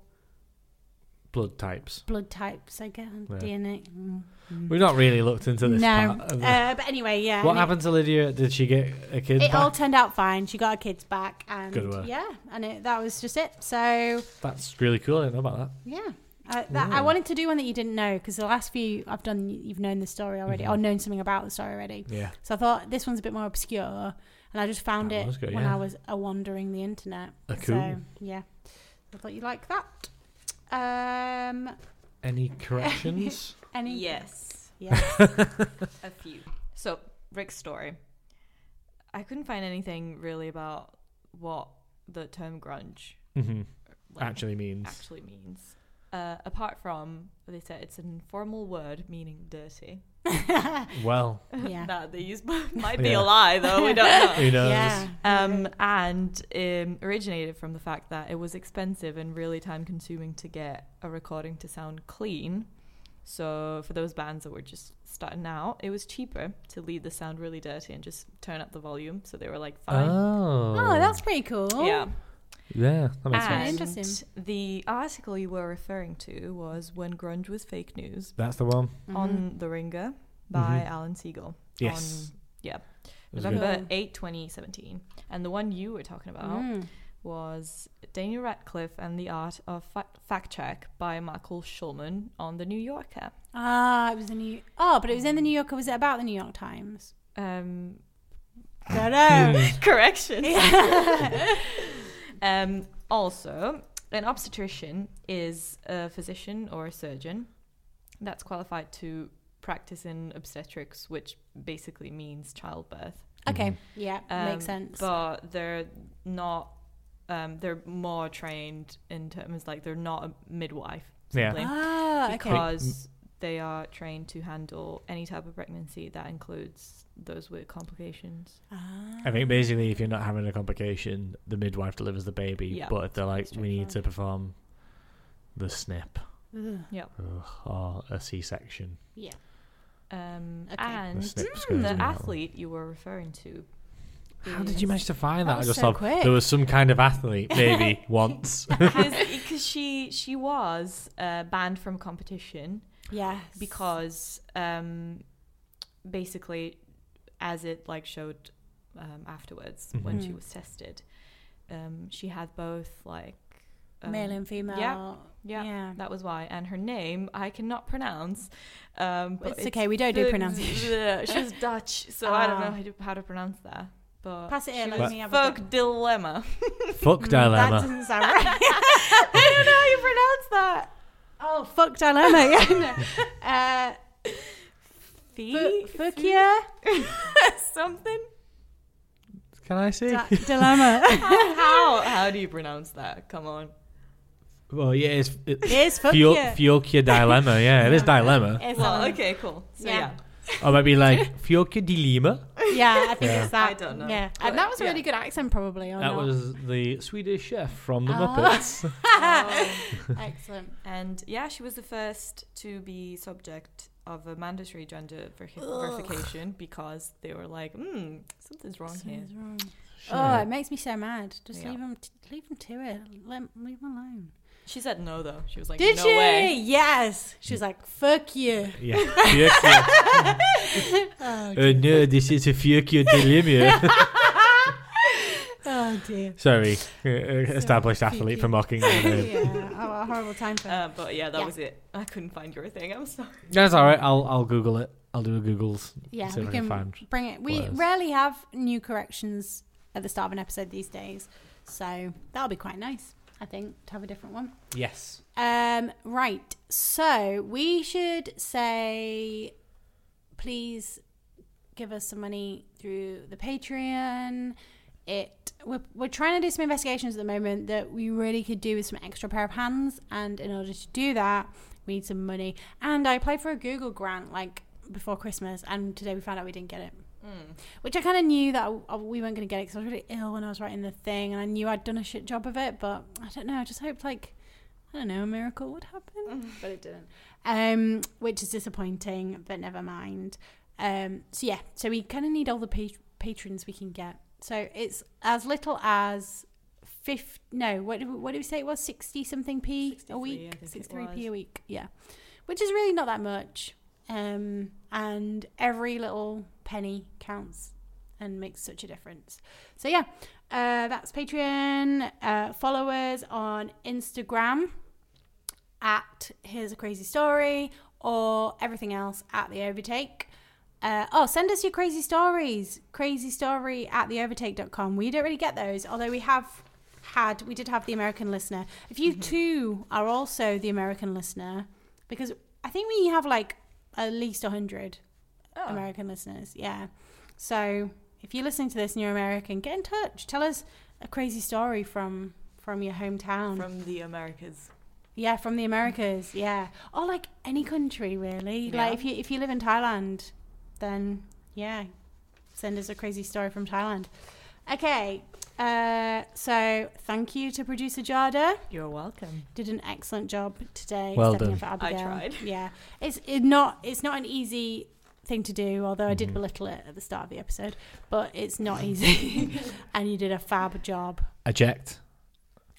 [SPEAKER 2] Blood types.
[SPEAKER 1] blood types. I guess and
[SPEAKER 2] Yeah.
[SPEAKER 1] DNA. Mm.
[SPEAKER 2] We've not really looked into this
[SPEAKER 1] No.
[SPEAKER 2] part. of the-
[SPEAKER 1] Uh, but anyway, yeah.
[SPEAKER 2] what
[SPEAKER 1] and it-
[SPEAKER 2] happened to Lydia? Did she get a kid?
[SPEAKER 1] it all
[SPEAKER 2] back?
[SPEAKER 1] turned out fine. She got her kids back, and
[SPEAKER 2] Good work.
[SPEAKER 1] yeah, and it, that was just it. So
[SPEAKER 2] That's really cool. I didn't know about that.
[SPEAKER 1] yeah, I, that, I
[SPEAKER 2] Wow.
[SPEAKER 1] wanted to do one that you didn't know because the last few I've done, you've known the story already or known something about the story already.
[SPEAKER 2] Mm-hmm. Yeah.
[SPEAKER 1] So I thought this one's a bit more obscure, and I just found
[SPEAKER 2] That was
[SPEAKER 1] it
[SPEAKER 2] good,
[SPEAKER 1] when
[SPEAKER 2] yeah.
[SPEAKER 1] I was a wandering the internet.
[SPEAKER 2] Ah,
[SPEAKER 1] So
[SPEAKER 2] cool.
[SPEAKER 1] yeah, I thought you'd like that. Um,
[SPEAKER 2] Any corrections?
[SPEAKER 1] any
[SPEAKER 3] Yes,
[SPEAKER 1] yeah.
[SPEAKER 3] a few. So Rick's story. I couldn't find anything really about what the term grunge
[SPEAKER 2] hmm
[SPEAKER 3] like,
[SPEAKER 2] Actually means.
[SPEAKER 3] actually means. Uh, apart from they said it's an informal word meaning dirty.
[SPEAKER 2] Well,
[SPEAKER 1] Yeah.
[SPEAKER 3] That they use might be
[SPEAKER 2] Yeah.
[SPEAKER 3] a lie though. We don't know.
[SPEAKER 2] who knows?
[SPEAKER 1] yeah.
[SPEAKER 3] um, and um, originated from the fact that it was expensive and really time consuming to get a recording to sound clean. So for those bands that were just starting out, it was cheaper to leave the sound really dirty and just turn up the volume. So they were like, fine.
[SPEAKER 2] Oh.
[SPEAKER 1] Oh, that's pretty cool.
[SPEAKER 3] yeah.
[SPEAKER 2] Yeah, that makes
[SPEAKER 1] Ah.
[SPEAKER 3] And
[SPEAKER 2] sense.
[SPEAKER 1] Interesting.
[SPEAKER 3] the article you were referring to was When Grunge Was Fake News
[SPEAKER 2] That's the one.
[SPEAKER 3] on The Ringer by
[SPEAKER 2] Mhm.
[SPEAKER 3] Alan Siegel.
[SPEAKER 2] Mm-hmm. Yes.
[SPEAKER 3] On, yeah.
[SPEAKER 2] It was good.
[SPEAKER 3] November 8, 2017. And the one you were talking about
[SPEAKER 2] Mm.
[SPEAKER 3] was Daniel Radcliffe and the Art of Fa- Fact Check by Michael Schulman on The New Yorker.
[SPEAKER 1] Ah, it was the New. Oh, but it was in the New Yorker. Was it about the New York Times?
[SPEAKER 3] Um,
[SPEAKER 1] Don't know.
[SPEAKER 3] corrections. um, also, an obstetrician is a physician or a surgeon that's qualified to practice in obstetrics, which basically means childbirth.
[SPEAKER 1] okay.
[SPEAKER 2] Mm-hmm.
[SPEAKER 1] Yeah,
[SPEAKER 3] Um,
[SPEAKER 1] makes sense.
[SPEAKER 3] But they're not. Um, they're more trained in terms like they're not a midwife.
[SPEAKER 2] Yeah.
[SPEAKER 3] Simply.
[SPEAKER 1] ah, okay.
[SPEAKER 3] because they are trained to handle any type of pregnancy that includes those with complications.
[SPEAKER 1] Ah,
[SPEAKER 2] I think basically, if you're not having a complication, the midwife delivers the baby.
[SPEAKER 3] Yeah.
[SPEAKER 2] But if they're like, we need to
[SPEAKER 1] Straightforward.
[SPEAKER 2] perform the snip
[SPEAKER 1] ugh,
[SPEAKER 2] ugh, or a C-section.
[SPEAKER 1] yeah.
[SPEAKER 3] Um,
[SPEAKER 1] Okay.
[SPEAKER 3] And
[SPEAKER 2] The snip's
[SPEAKER 3] the
[SPEAKER 2] going in.
[SPEAKER 3] athlete you were referring to.
[SPEAKER 2] How did you manage to find
[SPEAKER 1] That
[SPEAKER 2] that?
[SPEAKER 1] was
[SPEAKER 2] I just
[SPEAKER 1] so
[SPEAKER 2] thought
[SPEAKER 1] quick.
[SPEAKER 2] there was some kind of athlete, maybe once.
[SPEAKER 3] Because she she was uh, banned from competition
[SPEAKER 1] Yes.
[SPEAKER 3] because um, basically, as it like showed um, afterwards when she
[SPEAKER 1] Mhm.
[SPEAKER 3] was tested, um, she had both like um,
[SPEAKER 1] male and female.
[SPEAKER 3] yeah, yeah.
[SPEAKER 1] Yeah.
[SPEAKER 3] That was why. And her name I cannot pronounce. Um, but
[SPEAKER 1] It's okay, we don't do pronunciation.
[SPEAKER 3] the- She was Dutch, so I don't know
[SPEAKER 1] Ah.
[SPEAKER 3] how to, how to pronounce that. But
[SPEAKER 1] Pass it here.
[SPEAKER 3] she
[SPEAKER 1] Let
[SPEAKER 3] was
[SPEAKER 1] me have a
[SPEAKER 3] Folk
[SPEAKER 1] go.
[SPEAKER 3] dilemma.
[SPEAKER 2] Fuck
[SPEAKER 1] That
[SPEAKER 2] dilemma.
[SPEAKER 1] doesn't sound right.
[SPEAKER 3] I don't know how you pronounce that.
[SPEAKER 1] oh, fuck dilemma. Yeah. uh,
[SPEAKER 3] Fee?
[SPEAKER 1] fu- fuck yeah.
[SPEAKER 3] Something?
[SPEAKER 2] Can I see?
[SPEAKER 1] Di- dilemma.
[SPEAKER 3] How? How do you pronounce that? Come on.
[SPEAKER 2] well, yeah, it's, it's
[SPEAKER 1] It is fuck
[SPEAKER 2] Fio-
[SPEAKER 1] yeah.
[SPEAKER 2] Fiocchia dilemma. Yeah, it is dilemma.
[SPEAKER 1] It's
[SPEAKER 3] Well,
[SPEAKER 1] dilemma.
[SPEAKER 3] okay, cool. So
[SPEAKER 1] Yeah.
[SPEAKER 3] yeah.
[SPEAKER 2] Or maybe like Fiocchia di Lima.
[SPEAKER 1] Yeah, I think
[SPEAKER 2] Yeah.
[SPEAKER 1] it's that.
[SPEAKER 3] I don't know.
[SPEAKER 1] Yeah,
[SPEAKER 3] But,
[SPEAKER 1] and that was a
[SPEAKER 3] yeah.
[SPEAKER 1] really good accent, probably. Or
[SPEAKER 2] That
[SPEAKER 1] not.
[SPEAKER 2] was the Swedish chef from the
[SPEAKER 1] Oh.
[SPEAKER 2] Muppets.
[SPEAKER 1] excellent.
[SPEAKER 3] And yeah, she was the first to be subject of a mandatory gender ver- verification because they were like, hmm, something's wrong here.
[SPEAKER 1] Something's wrong. Oh,
[SPEAKER 2] Shit.
[SPEAKER 1] it makes me so mad. Just
[SPEAKER 3] Yeah.
[SPEAKER 1] leave 'em leave them, t- leave them to it. Let leave them alone.
[SPEAKER 3] She said no though. She was like,
[SPEAKER 1] Did
[SPEAKER 3] no
[SPEAKER 1] she?
[SPEAKER 3] way.
[SPEAKER 1] Yes. She was like, "Fuck you."
[SPEAKER 2] Yeah. Fiocchia.
[SPEAKER 1] Oh,
[SPEAKER 2] uh, no, this is a Fiocchia di Lima.
[SPEAKER 1] Oh dear.
[SPEAKER 2] Sorry, uh, established athlete for mocking. my name.
[SPEAKER 1] Yeah, oh, a horrible time for
[SPEAKER 3] Uh, but yeah, that
[SPEAKER 1] Yeah.
[SPEAKER 3] was it. I couldn't find your thing. I'm sorry.
[SPEAKER 2] That's all right. I'll I'll Google it. I'll do a Google's.
[SPEAKER 1] Yeah,
[SPEAKER 2] see
[SPEAKER 1] we
[SPEAKER 2] if I can
[SPEAKER 1] can
[SPEAKER 2] find.
[SPEAKER 1] bring it. We
[SPEAKER 2] words.
[SPEAKER 1] rarely have new corrections at the start of an episode these days, so that'll be quite nice. I think to have a different one.
[SPEAKER 2] Yes.
[SPEAKER 1] Um, right. So we should say, please give us some money through the Patreon. It we're, we're trying to do some investigations at the moment that we really could do with some extra pair of hands, and in order to do that, we need some money. And I applied for a Google grant like before Christmas, and today we found out we didn't get it. Which I kind of knew that I, I- we weren't going to get it because I was really ill when I was writing the thing, and I knew I'd done a shit job of it. But I don't know. I just hoped like I don't know a miracle would happen, but it didn't. Um, which is disappointing, but never mind. Um, so yeah, so we kind of need all the pa- patrons we can get. So it's as little as fifth. No, what did we- what did we say it was? Sixty something p a
[SPEAKER 3] 63, I
[SPEAKER 1] week,
[SPEAKER 3] think it
[SPEAKER 1] sixty three
[SPEAKER 3] was.
[SPEAKER 1] p a week. Yeah, which is really not that much. Um, and every little penny counts and makes such a difference. So yeah, uh, that's Patreon. Uh, follow us on Instagram at Here's a Crazy Story or everything else at The Overtake. Uh, oh, send us your crazy stories. Crazy story at theovertake.com. We don't really get those, although we have had, we did have the American listener. If you too are also the American listener, because I think we have like at least 100 American listeners. Yeah. So if you're listening to this and you're American, get in touch. Tell us a crazy story from from your hometown.
[SPEAKER 3] From the Americas.
[SPEAKER 1] yeah, from the Americas. Yeah, or like any country really. Like if you if you live in Thailand, then yeah, send us a crazy story from Thailand. Okay. Uh, so thank you to producer Jada.
[SPEAKER 3] You're welcome.
[SPEAKER 1] Did an excellent job today.
[SPEAKER 2] Well
[SPEAKER 1] stepping
[SPEAKER 2] done.
[SPEAKER 1] in For Abigail.
[SPEAKER 3] tried.
[SPEAKER 1] Yeah, it's it not it's not an easy thing to do. Although I
[SPEAKER 2] Mm-hmm.
[SPEAKER 1] did belittle it at the start of the episode, but it's not easy, and you did a fab job.
[SPEAKER 2] I checked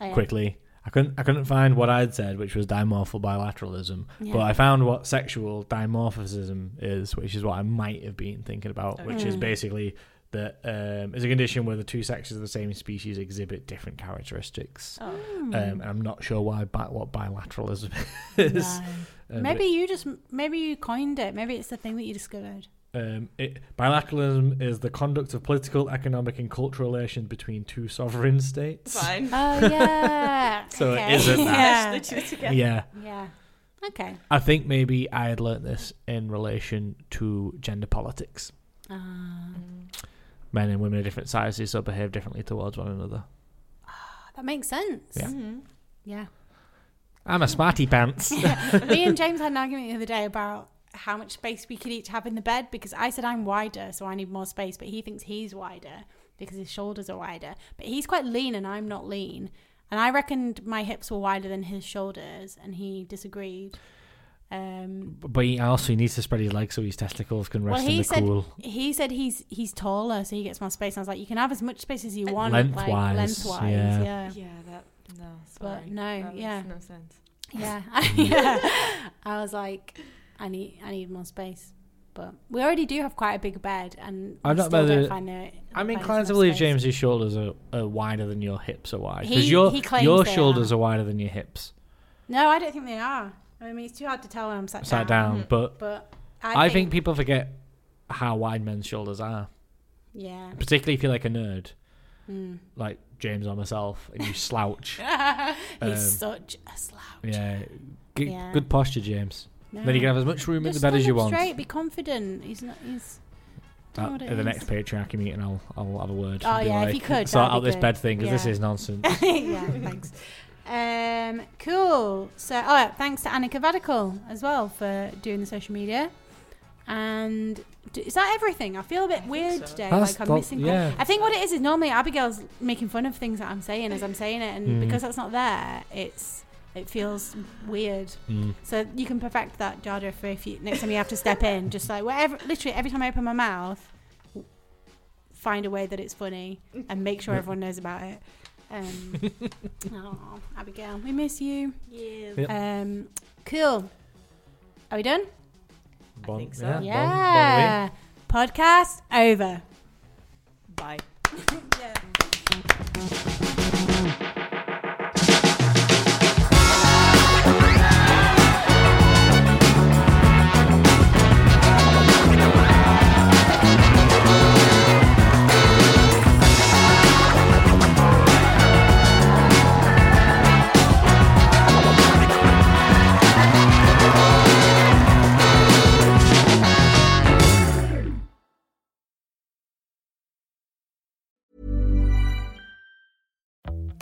[SPEAKER 1] Oh, yeah.
[SPEAKER 2] quickly. I couldn't I couldn't find what I'd said, which was dimorphal bilateralism,
[SPEAKER 1] Yeah.
[SPEAKER 2] but I found what sexual dimorphism is, which is what I might have been thinking about, which is basically that um, is a condition where the two sexes of the same species exhibit different characteristics.
[SPEAKER 1] Oh.
[SPEAKER 2] Um, and I'm not sure why bi- what bilateralism is.
[SPEAKER 1] No.
[SPEAKER 2] Um, but
[SPEAKER 1] maybe you just maybe you coined it. Maybe it's the thing that you discovered.
[SPEAKER 2] Um, it, bilateralism is the conduct of political, economic, and cultural relations between two sovereign states.
[SPEAKER 3] Fine.
[SPEAKER 1] Oh yeah.
[SPEAKER 2] So it isn't
[SPEAKER 1] Yeah.
[SPEAKER 3] Smash the two together.
[SPEAKER 2] Yeah,
[SPEAKER 1] yeah. Okay.
[SPEAKER 2] I think maybe I had learnt this in relation to gender politics.
[SPEAKER 1] Uh,
[SPEAKER 2] Men and women are different sizes, so behave differently towards one another.
[SPEAKER 1] that makes sense.
[SPEAKER 2] Yeah.
[SPEAKER 1] Yeah.
[SPEAKER 2] I'm a smarty pants.
[SPEAKER 1] Me and James had an argument the other day about how much space we could each have in the bed because I said I'm wider, so I need more space, but he thinks he's wider because his shoulders are wider. But he's quite lean and I'm not lean. And I reckoned my hips were wider than his shoulders, and he disagreed. Um,
[SPEAKER 2] but he also needs to spread his legs so his testicles can rest
[SPEAKER 1] well,
[SPEAKER 2] in
[SPEAKER 1] he
[SPEAKER 2] the
[SPEAKER 1] said
[SPEAKER 2] cool.
[SPEAKER 1] he said he's he's taller, so he gets more space. And I was like, you can have as much space as you want, like
[SPEAKER 2] Lengthwise,
[SPEAKER 1] lengthwise,
[SPEAKER 2] yeah.
[SPEAKER 1] yeah.
[SPEAKER 3] Yeah, that no, sorry.
[SPEAKER 1] But no,
[SPEAKER 3] that
[SPEAKER 1] yeah.
[SPEAKER 3] makes no sense.
[SPEAKER 1] Yeah,
[SPEAKER 2] Mm.
[SPEAKER 1] yeah. I was like, I need, I need more space. But we already do have quite a big bed, and
[SPEAKER 2] I'm
[SPEAKER 1] we
[SPEAKER 2] not
[SPEAKER 1] still
[SPEAKER 2] whether-
[SPEAKER 1] don't find the.
[SPEAKER 2] I'm
[SPEAKER 1] find
[SPEAKER 2] inclined to
[SPEAKER 1] enough
[SPEAKER 2] believe
[SPEAKER 1] space.
[SPEAKER 2] James's shoulders are, are wider than your hips are wide. Because
[SPEAKER 1] He-
[SPEAKER 2] your,
[SPEAKER 1] he claims
[SPEAKER 2] your
[SPEAKER 1] they are.
[SPEAKER 2] shoulders are. wider than your hips.
[SPEAKER 1] No, I don't think they are. I mean, it's too hard to tell when I'm sat,
[SPEAKER 2] Sat down. But
[SPEAKER 1] But
[SPEAKER 2] I,
[SPEAKER 1] Mm-hmm. I,
[SPEAKER 2] think people forget how wide men's shoulders are.
[SPEAKER 1] yeah,
[SPEAKER 2] particularly if you're like a nerd,
[SPEAKER 1] Hmm.
[SPEAKER 2] like James or myself, and you slouch.
[SPEAKER 1] he's such a slouch.
[SPEAKER 2] Um, yeah. G-
[SPEAKER 1] Yeah.
[SPEAKER 2] good posture, James. Then you can have as much room in the
[SPEAKER 1] Just
[SPEAKER 2] bed as
[SPEAKER 1] stand
[SPEAKER 2] you
[SPEAKER 1] up
[SPEAKER 2] want.
[SPEAKER 1] Straight, be confident. He's not. He's. don't know
[SPEAKER 2] At,
[SPEAKER 1] what it
[SPEAKER 2] at the
[SPEAKER 1] is.
[SPEAKER 2] next patriarchy meeting, I'll I'll have a word.
[SPEAKER 1] Oh,
[SPEAKER 2] and be
[SPEAKER 1] yeah, if
[SPEAKER 2] like,
[SPEAKER 1] you could,
[SPEAKER 2] sort
[SPEAKER 1] that'd
[SPEAKER 2] out
[SPEAKER 1] be
[SPEAKER 2] this
[SPEAKER 1] good.
[SPEAKER 2] bed thing because this
[SPEAKER 1] Yeah.
[SPEAKER 2] is nonsense.
[SPEAKER 1] yeah, thanks. Um, cool. So, oh, thanks to Annika Vadical as well for doing the social media. And d- is that everything? I feel a bit weird today.
[SPEAKER 2] That's
[SPEAKER 1] like I'm
[SPEAKER 2] not-
[SPEAKER 1] missing. que-
[SPEAKER 2] yeah.
[SPEAKER 1] I think what it is is normally Abigail's making fun of things that I'm saying as I'm saying it, and
[SPEAKER 2] Hmm.
[SPEAKER 1] because that's not there, it's it feels weird.
[SPEAKER 2] Hmm.
[SPEAKER 1] So you can perfect that, Jada, for if you next time you have to step in, just like whatever. Literally every time I open my mouth, find a way that it's funny and make sure everyone knows about it. Um, aw, Abigail, we miss you.
[SPEAKER 2] Yep.
[SPEAKER 1] Um, cool. Are we done?
[SPEAKER 2] Bon-
[SPEAKER 3] think so.
[SPEAKER 2] Yeah. bon-
[SPEAKER 1] Yeah. Podcast over.
[SPEAKER 3] Bye.
[SPEAKER 1] Yeah.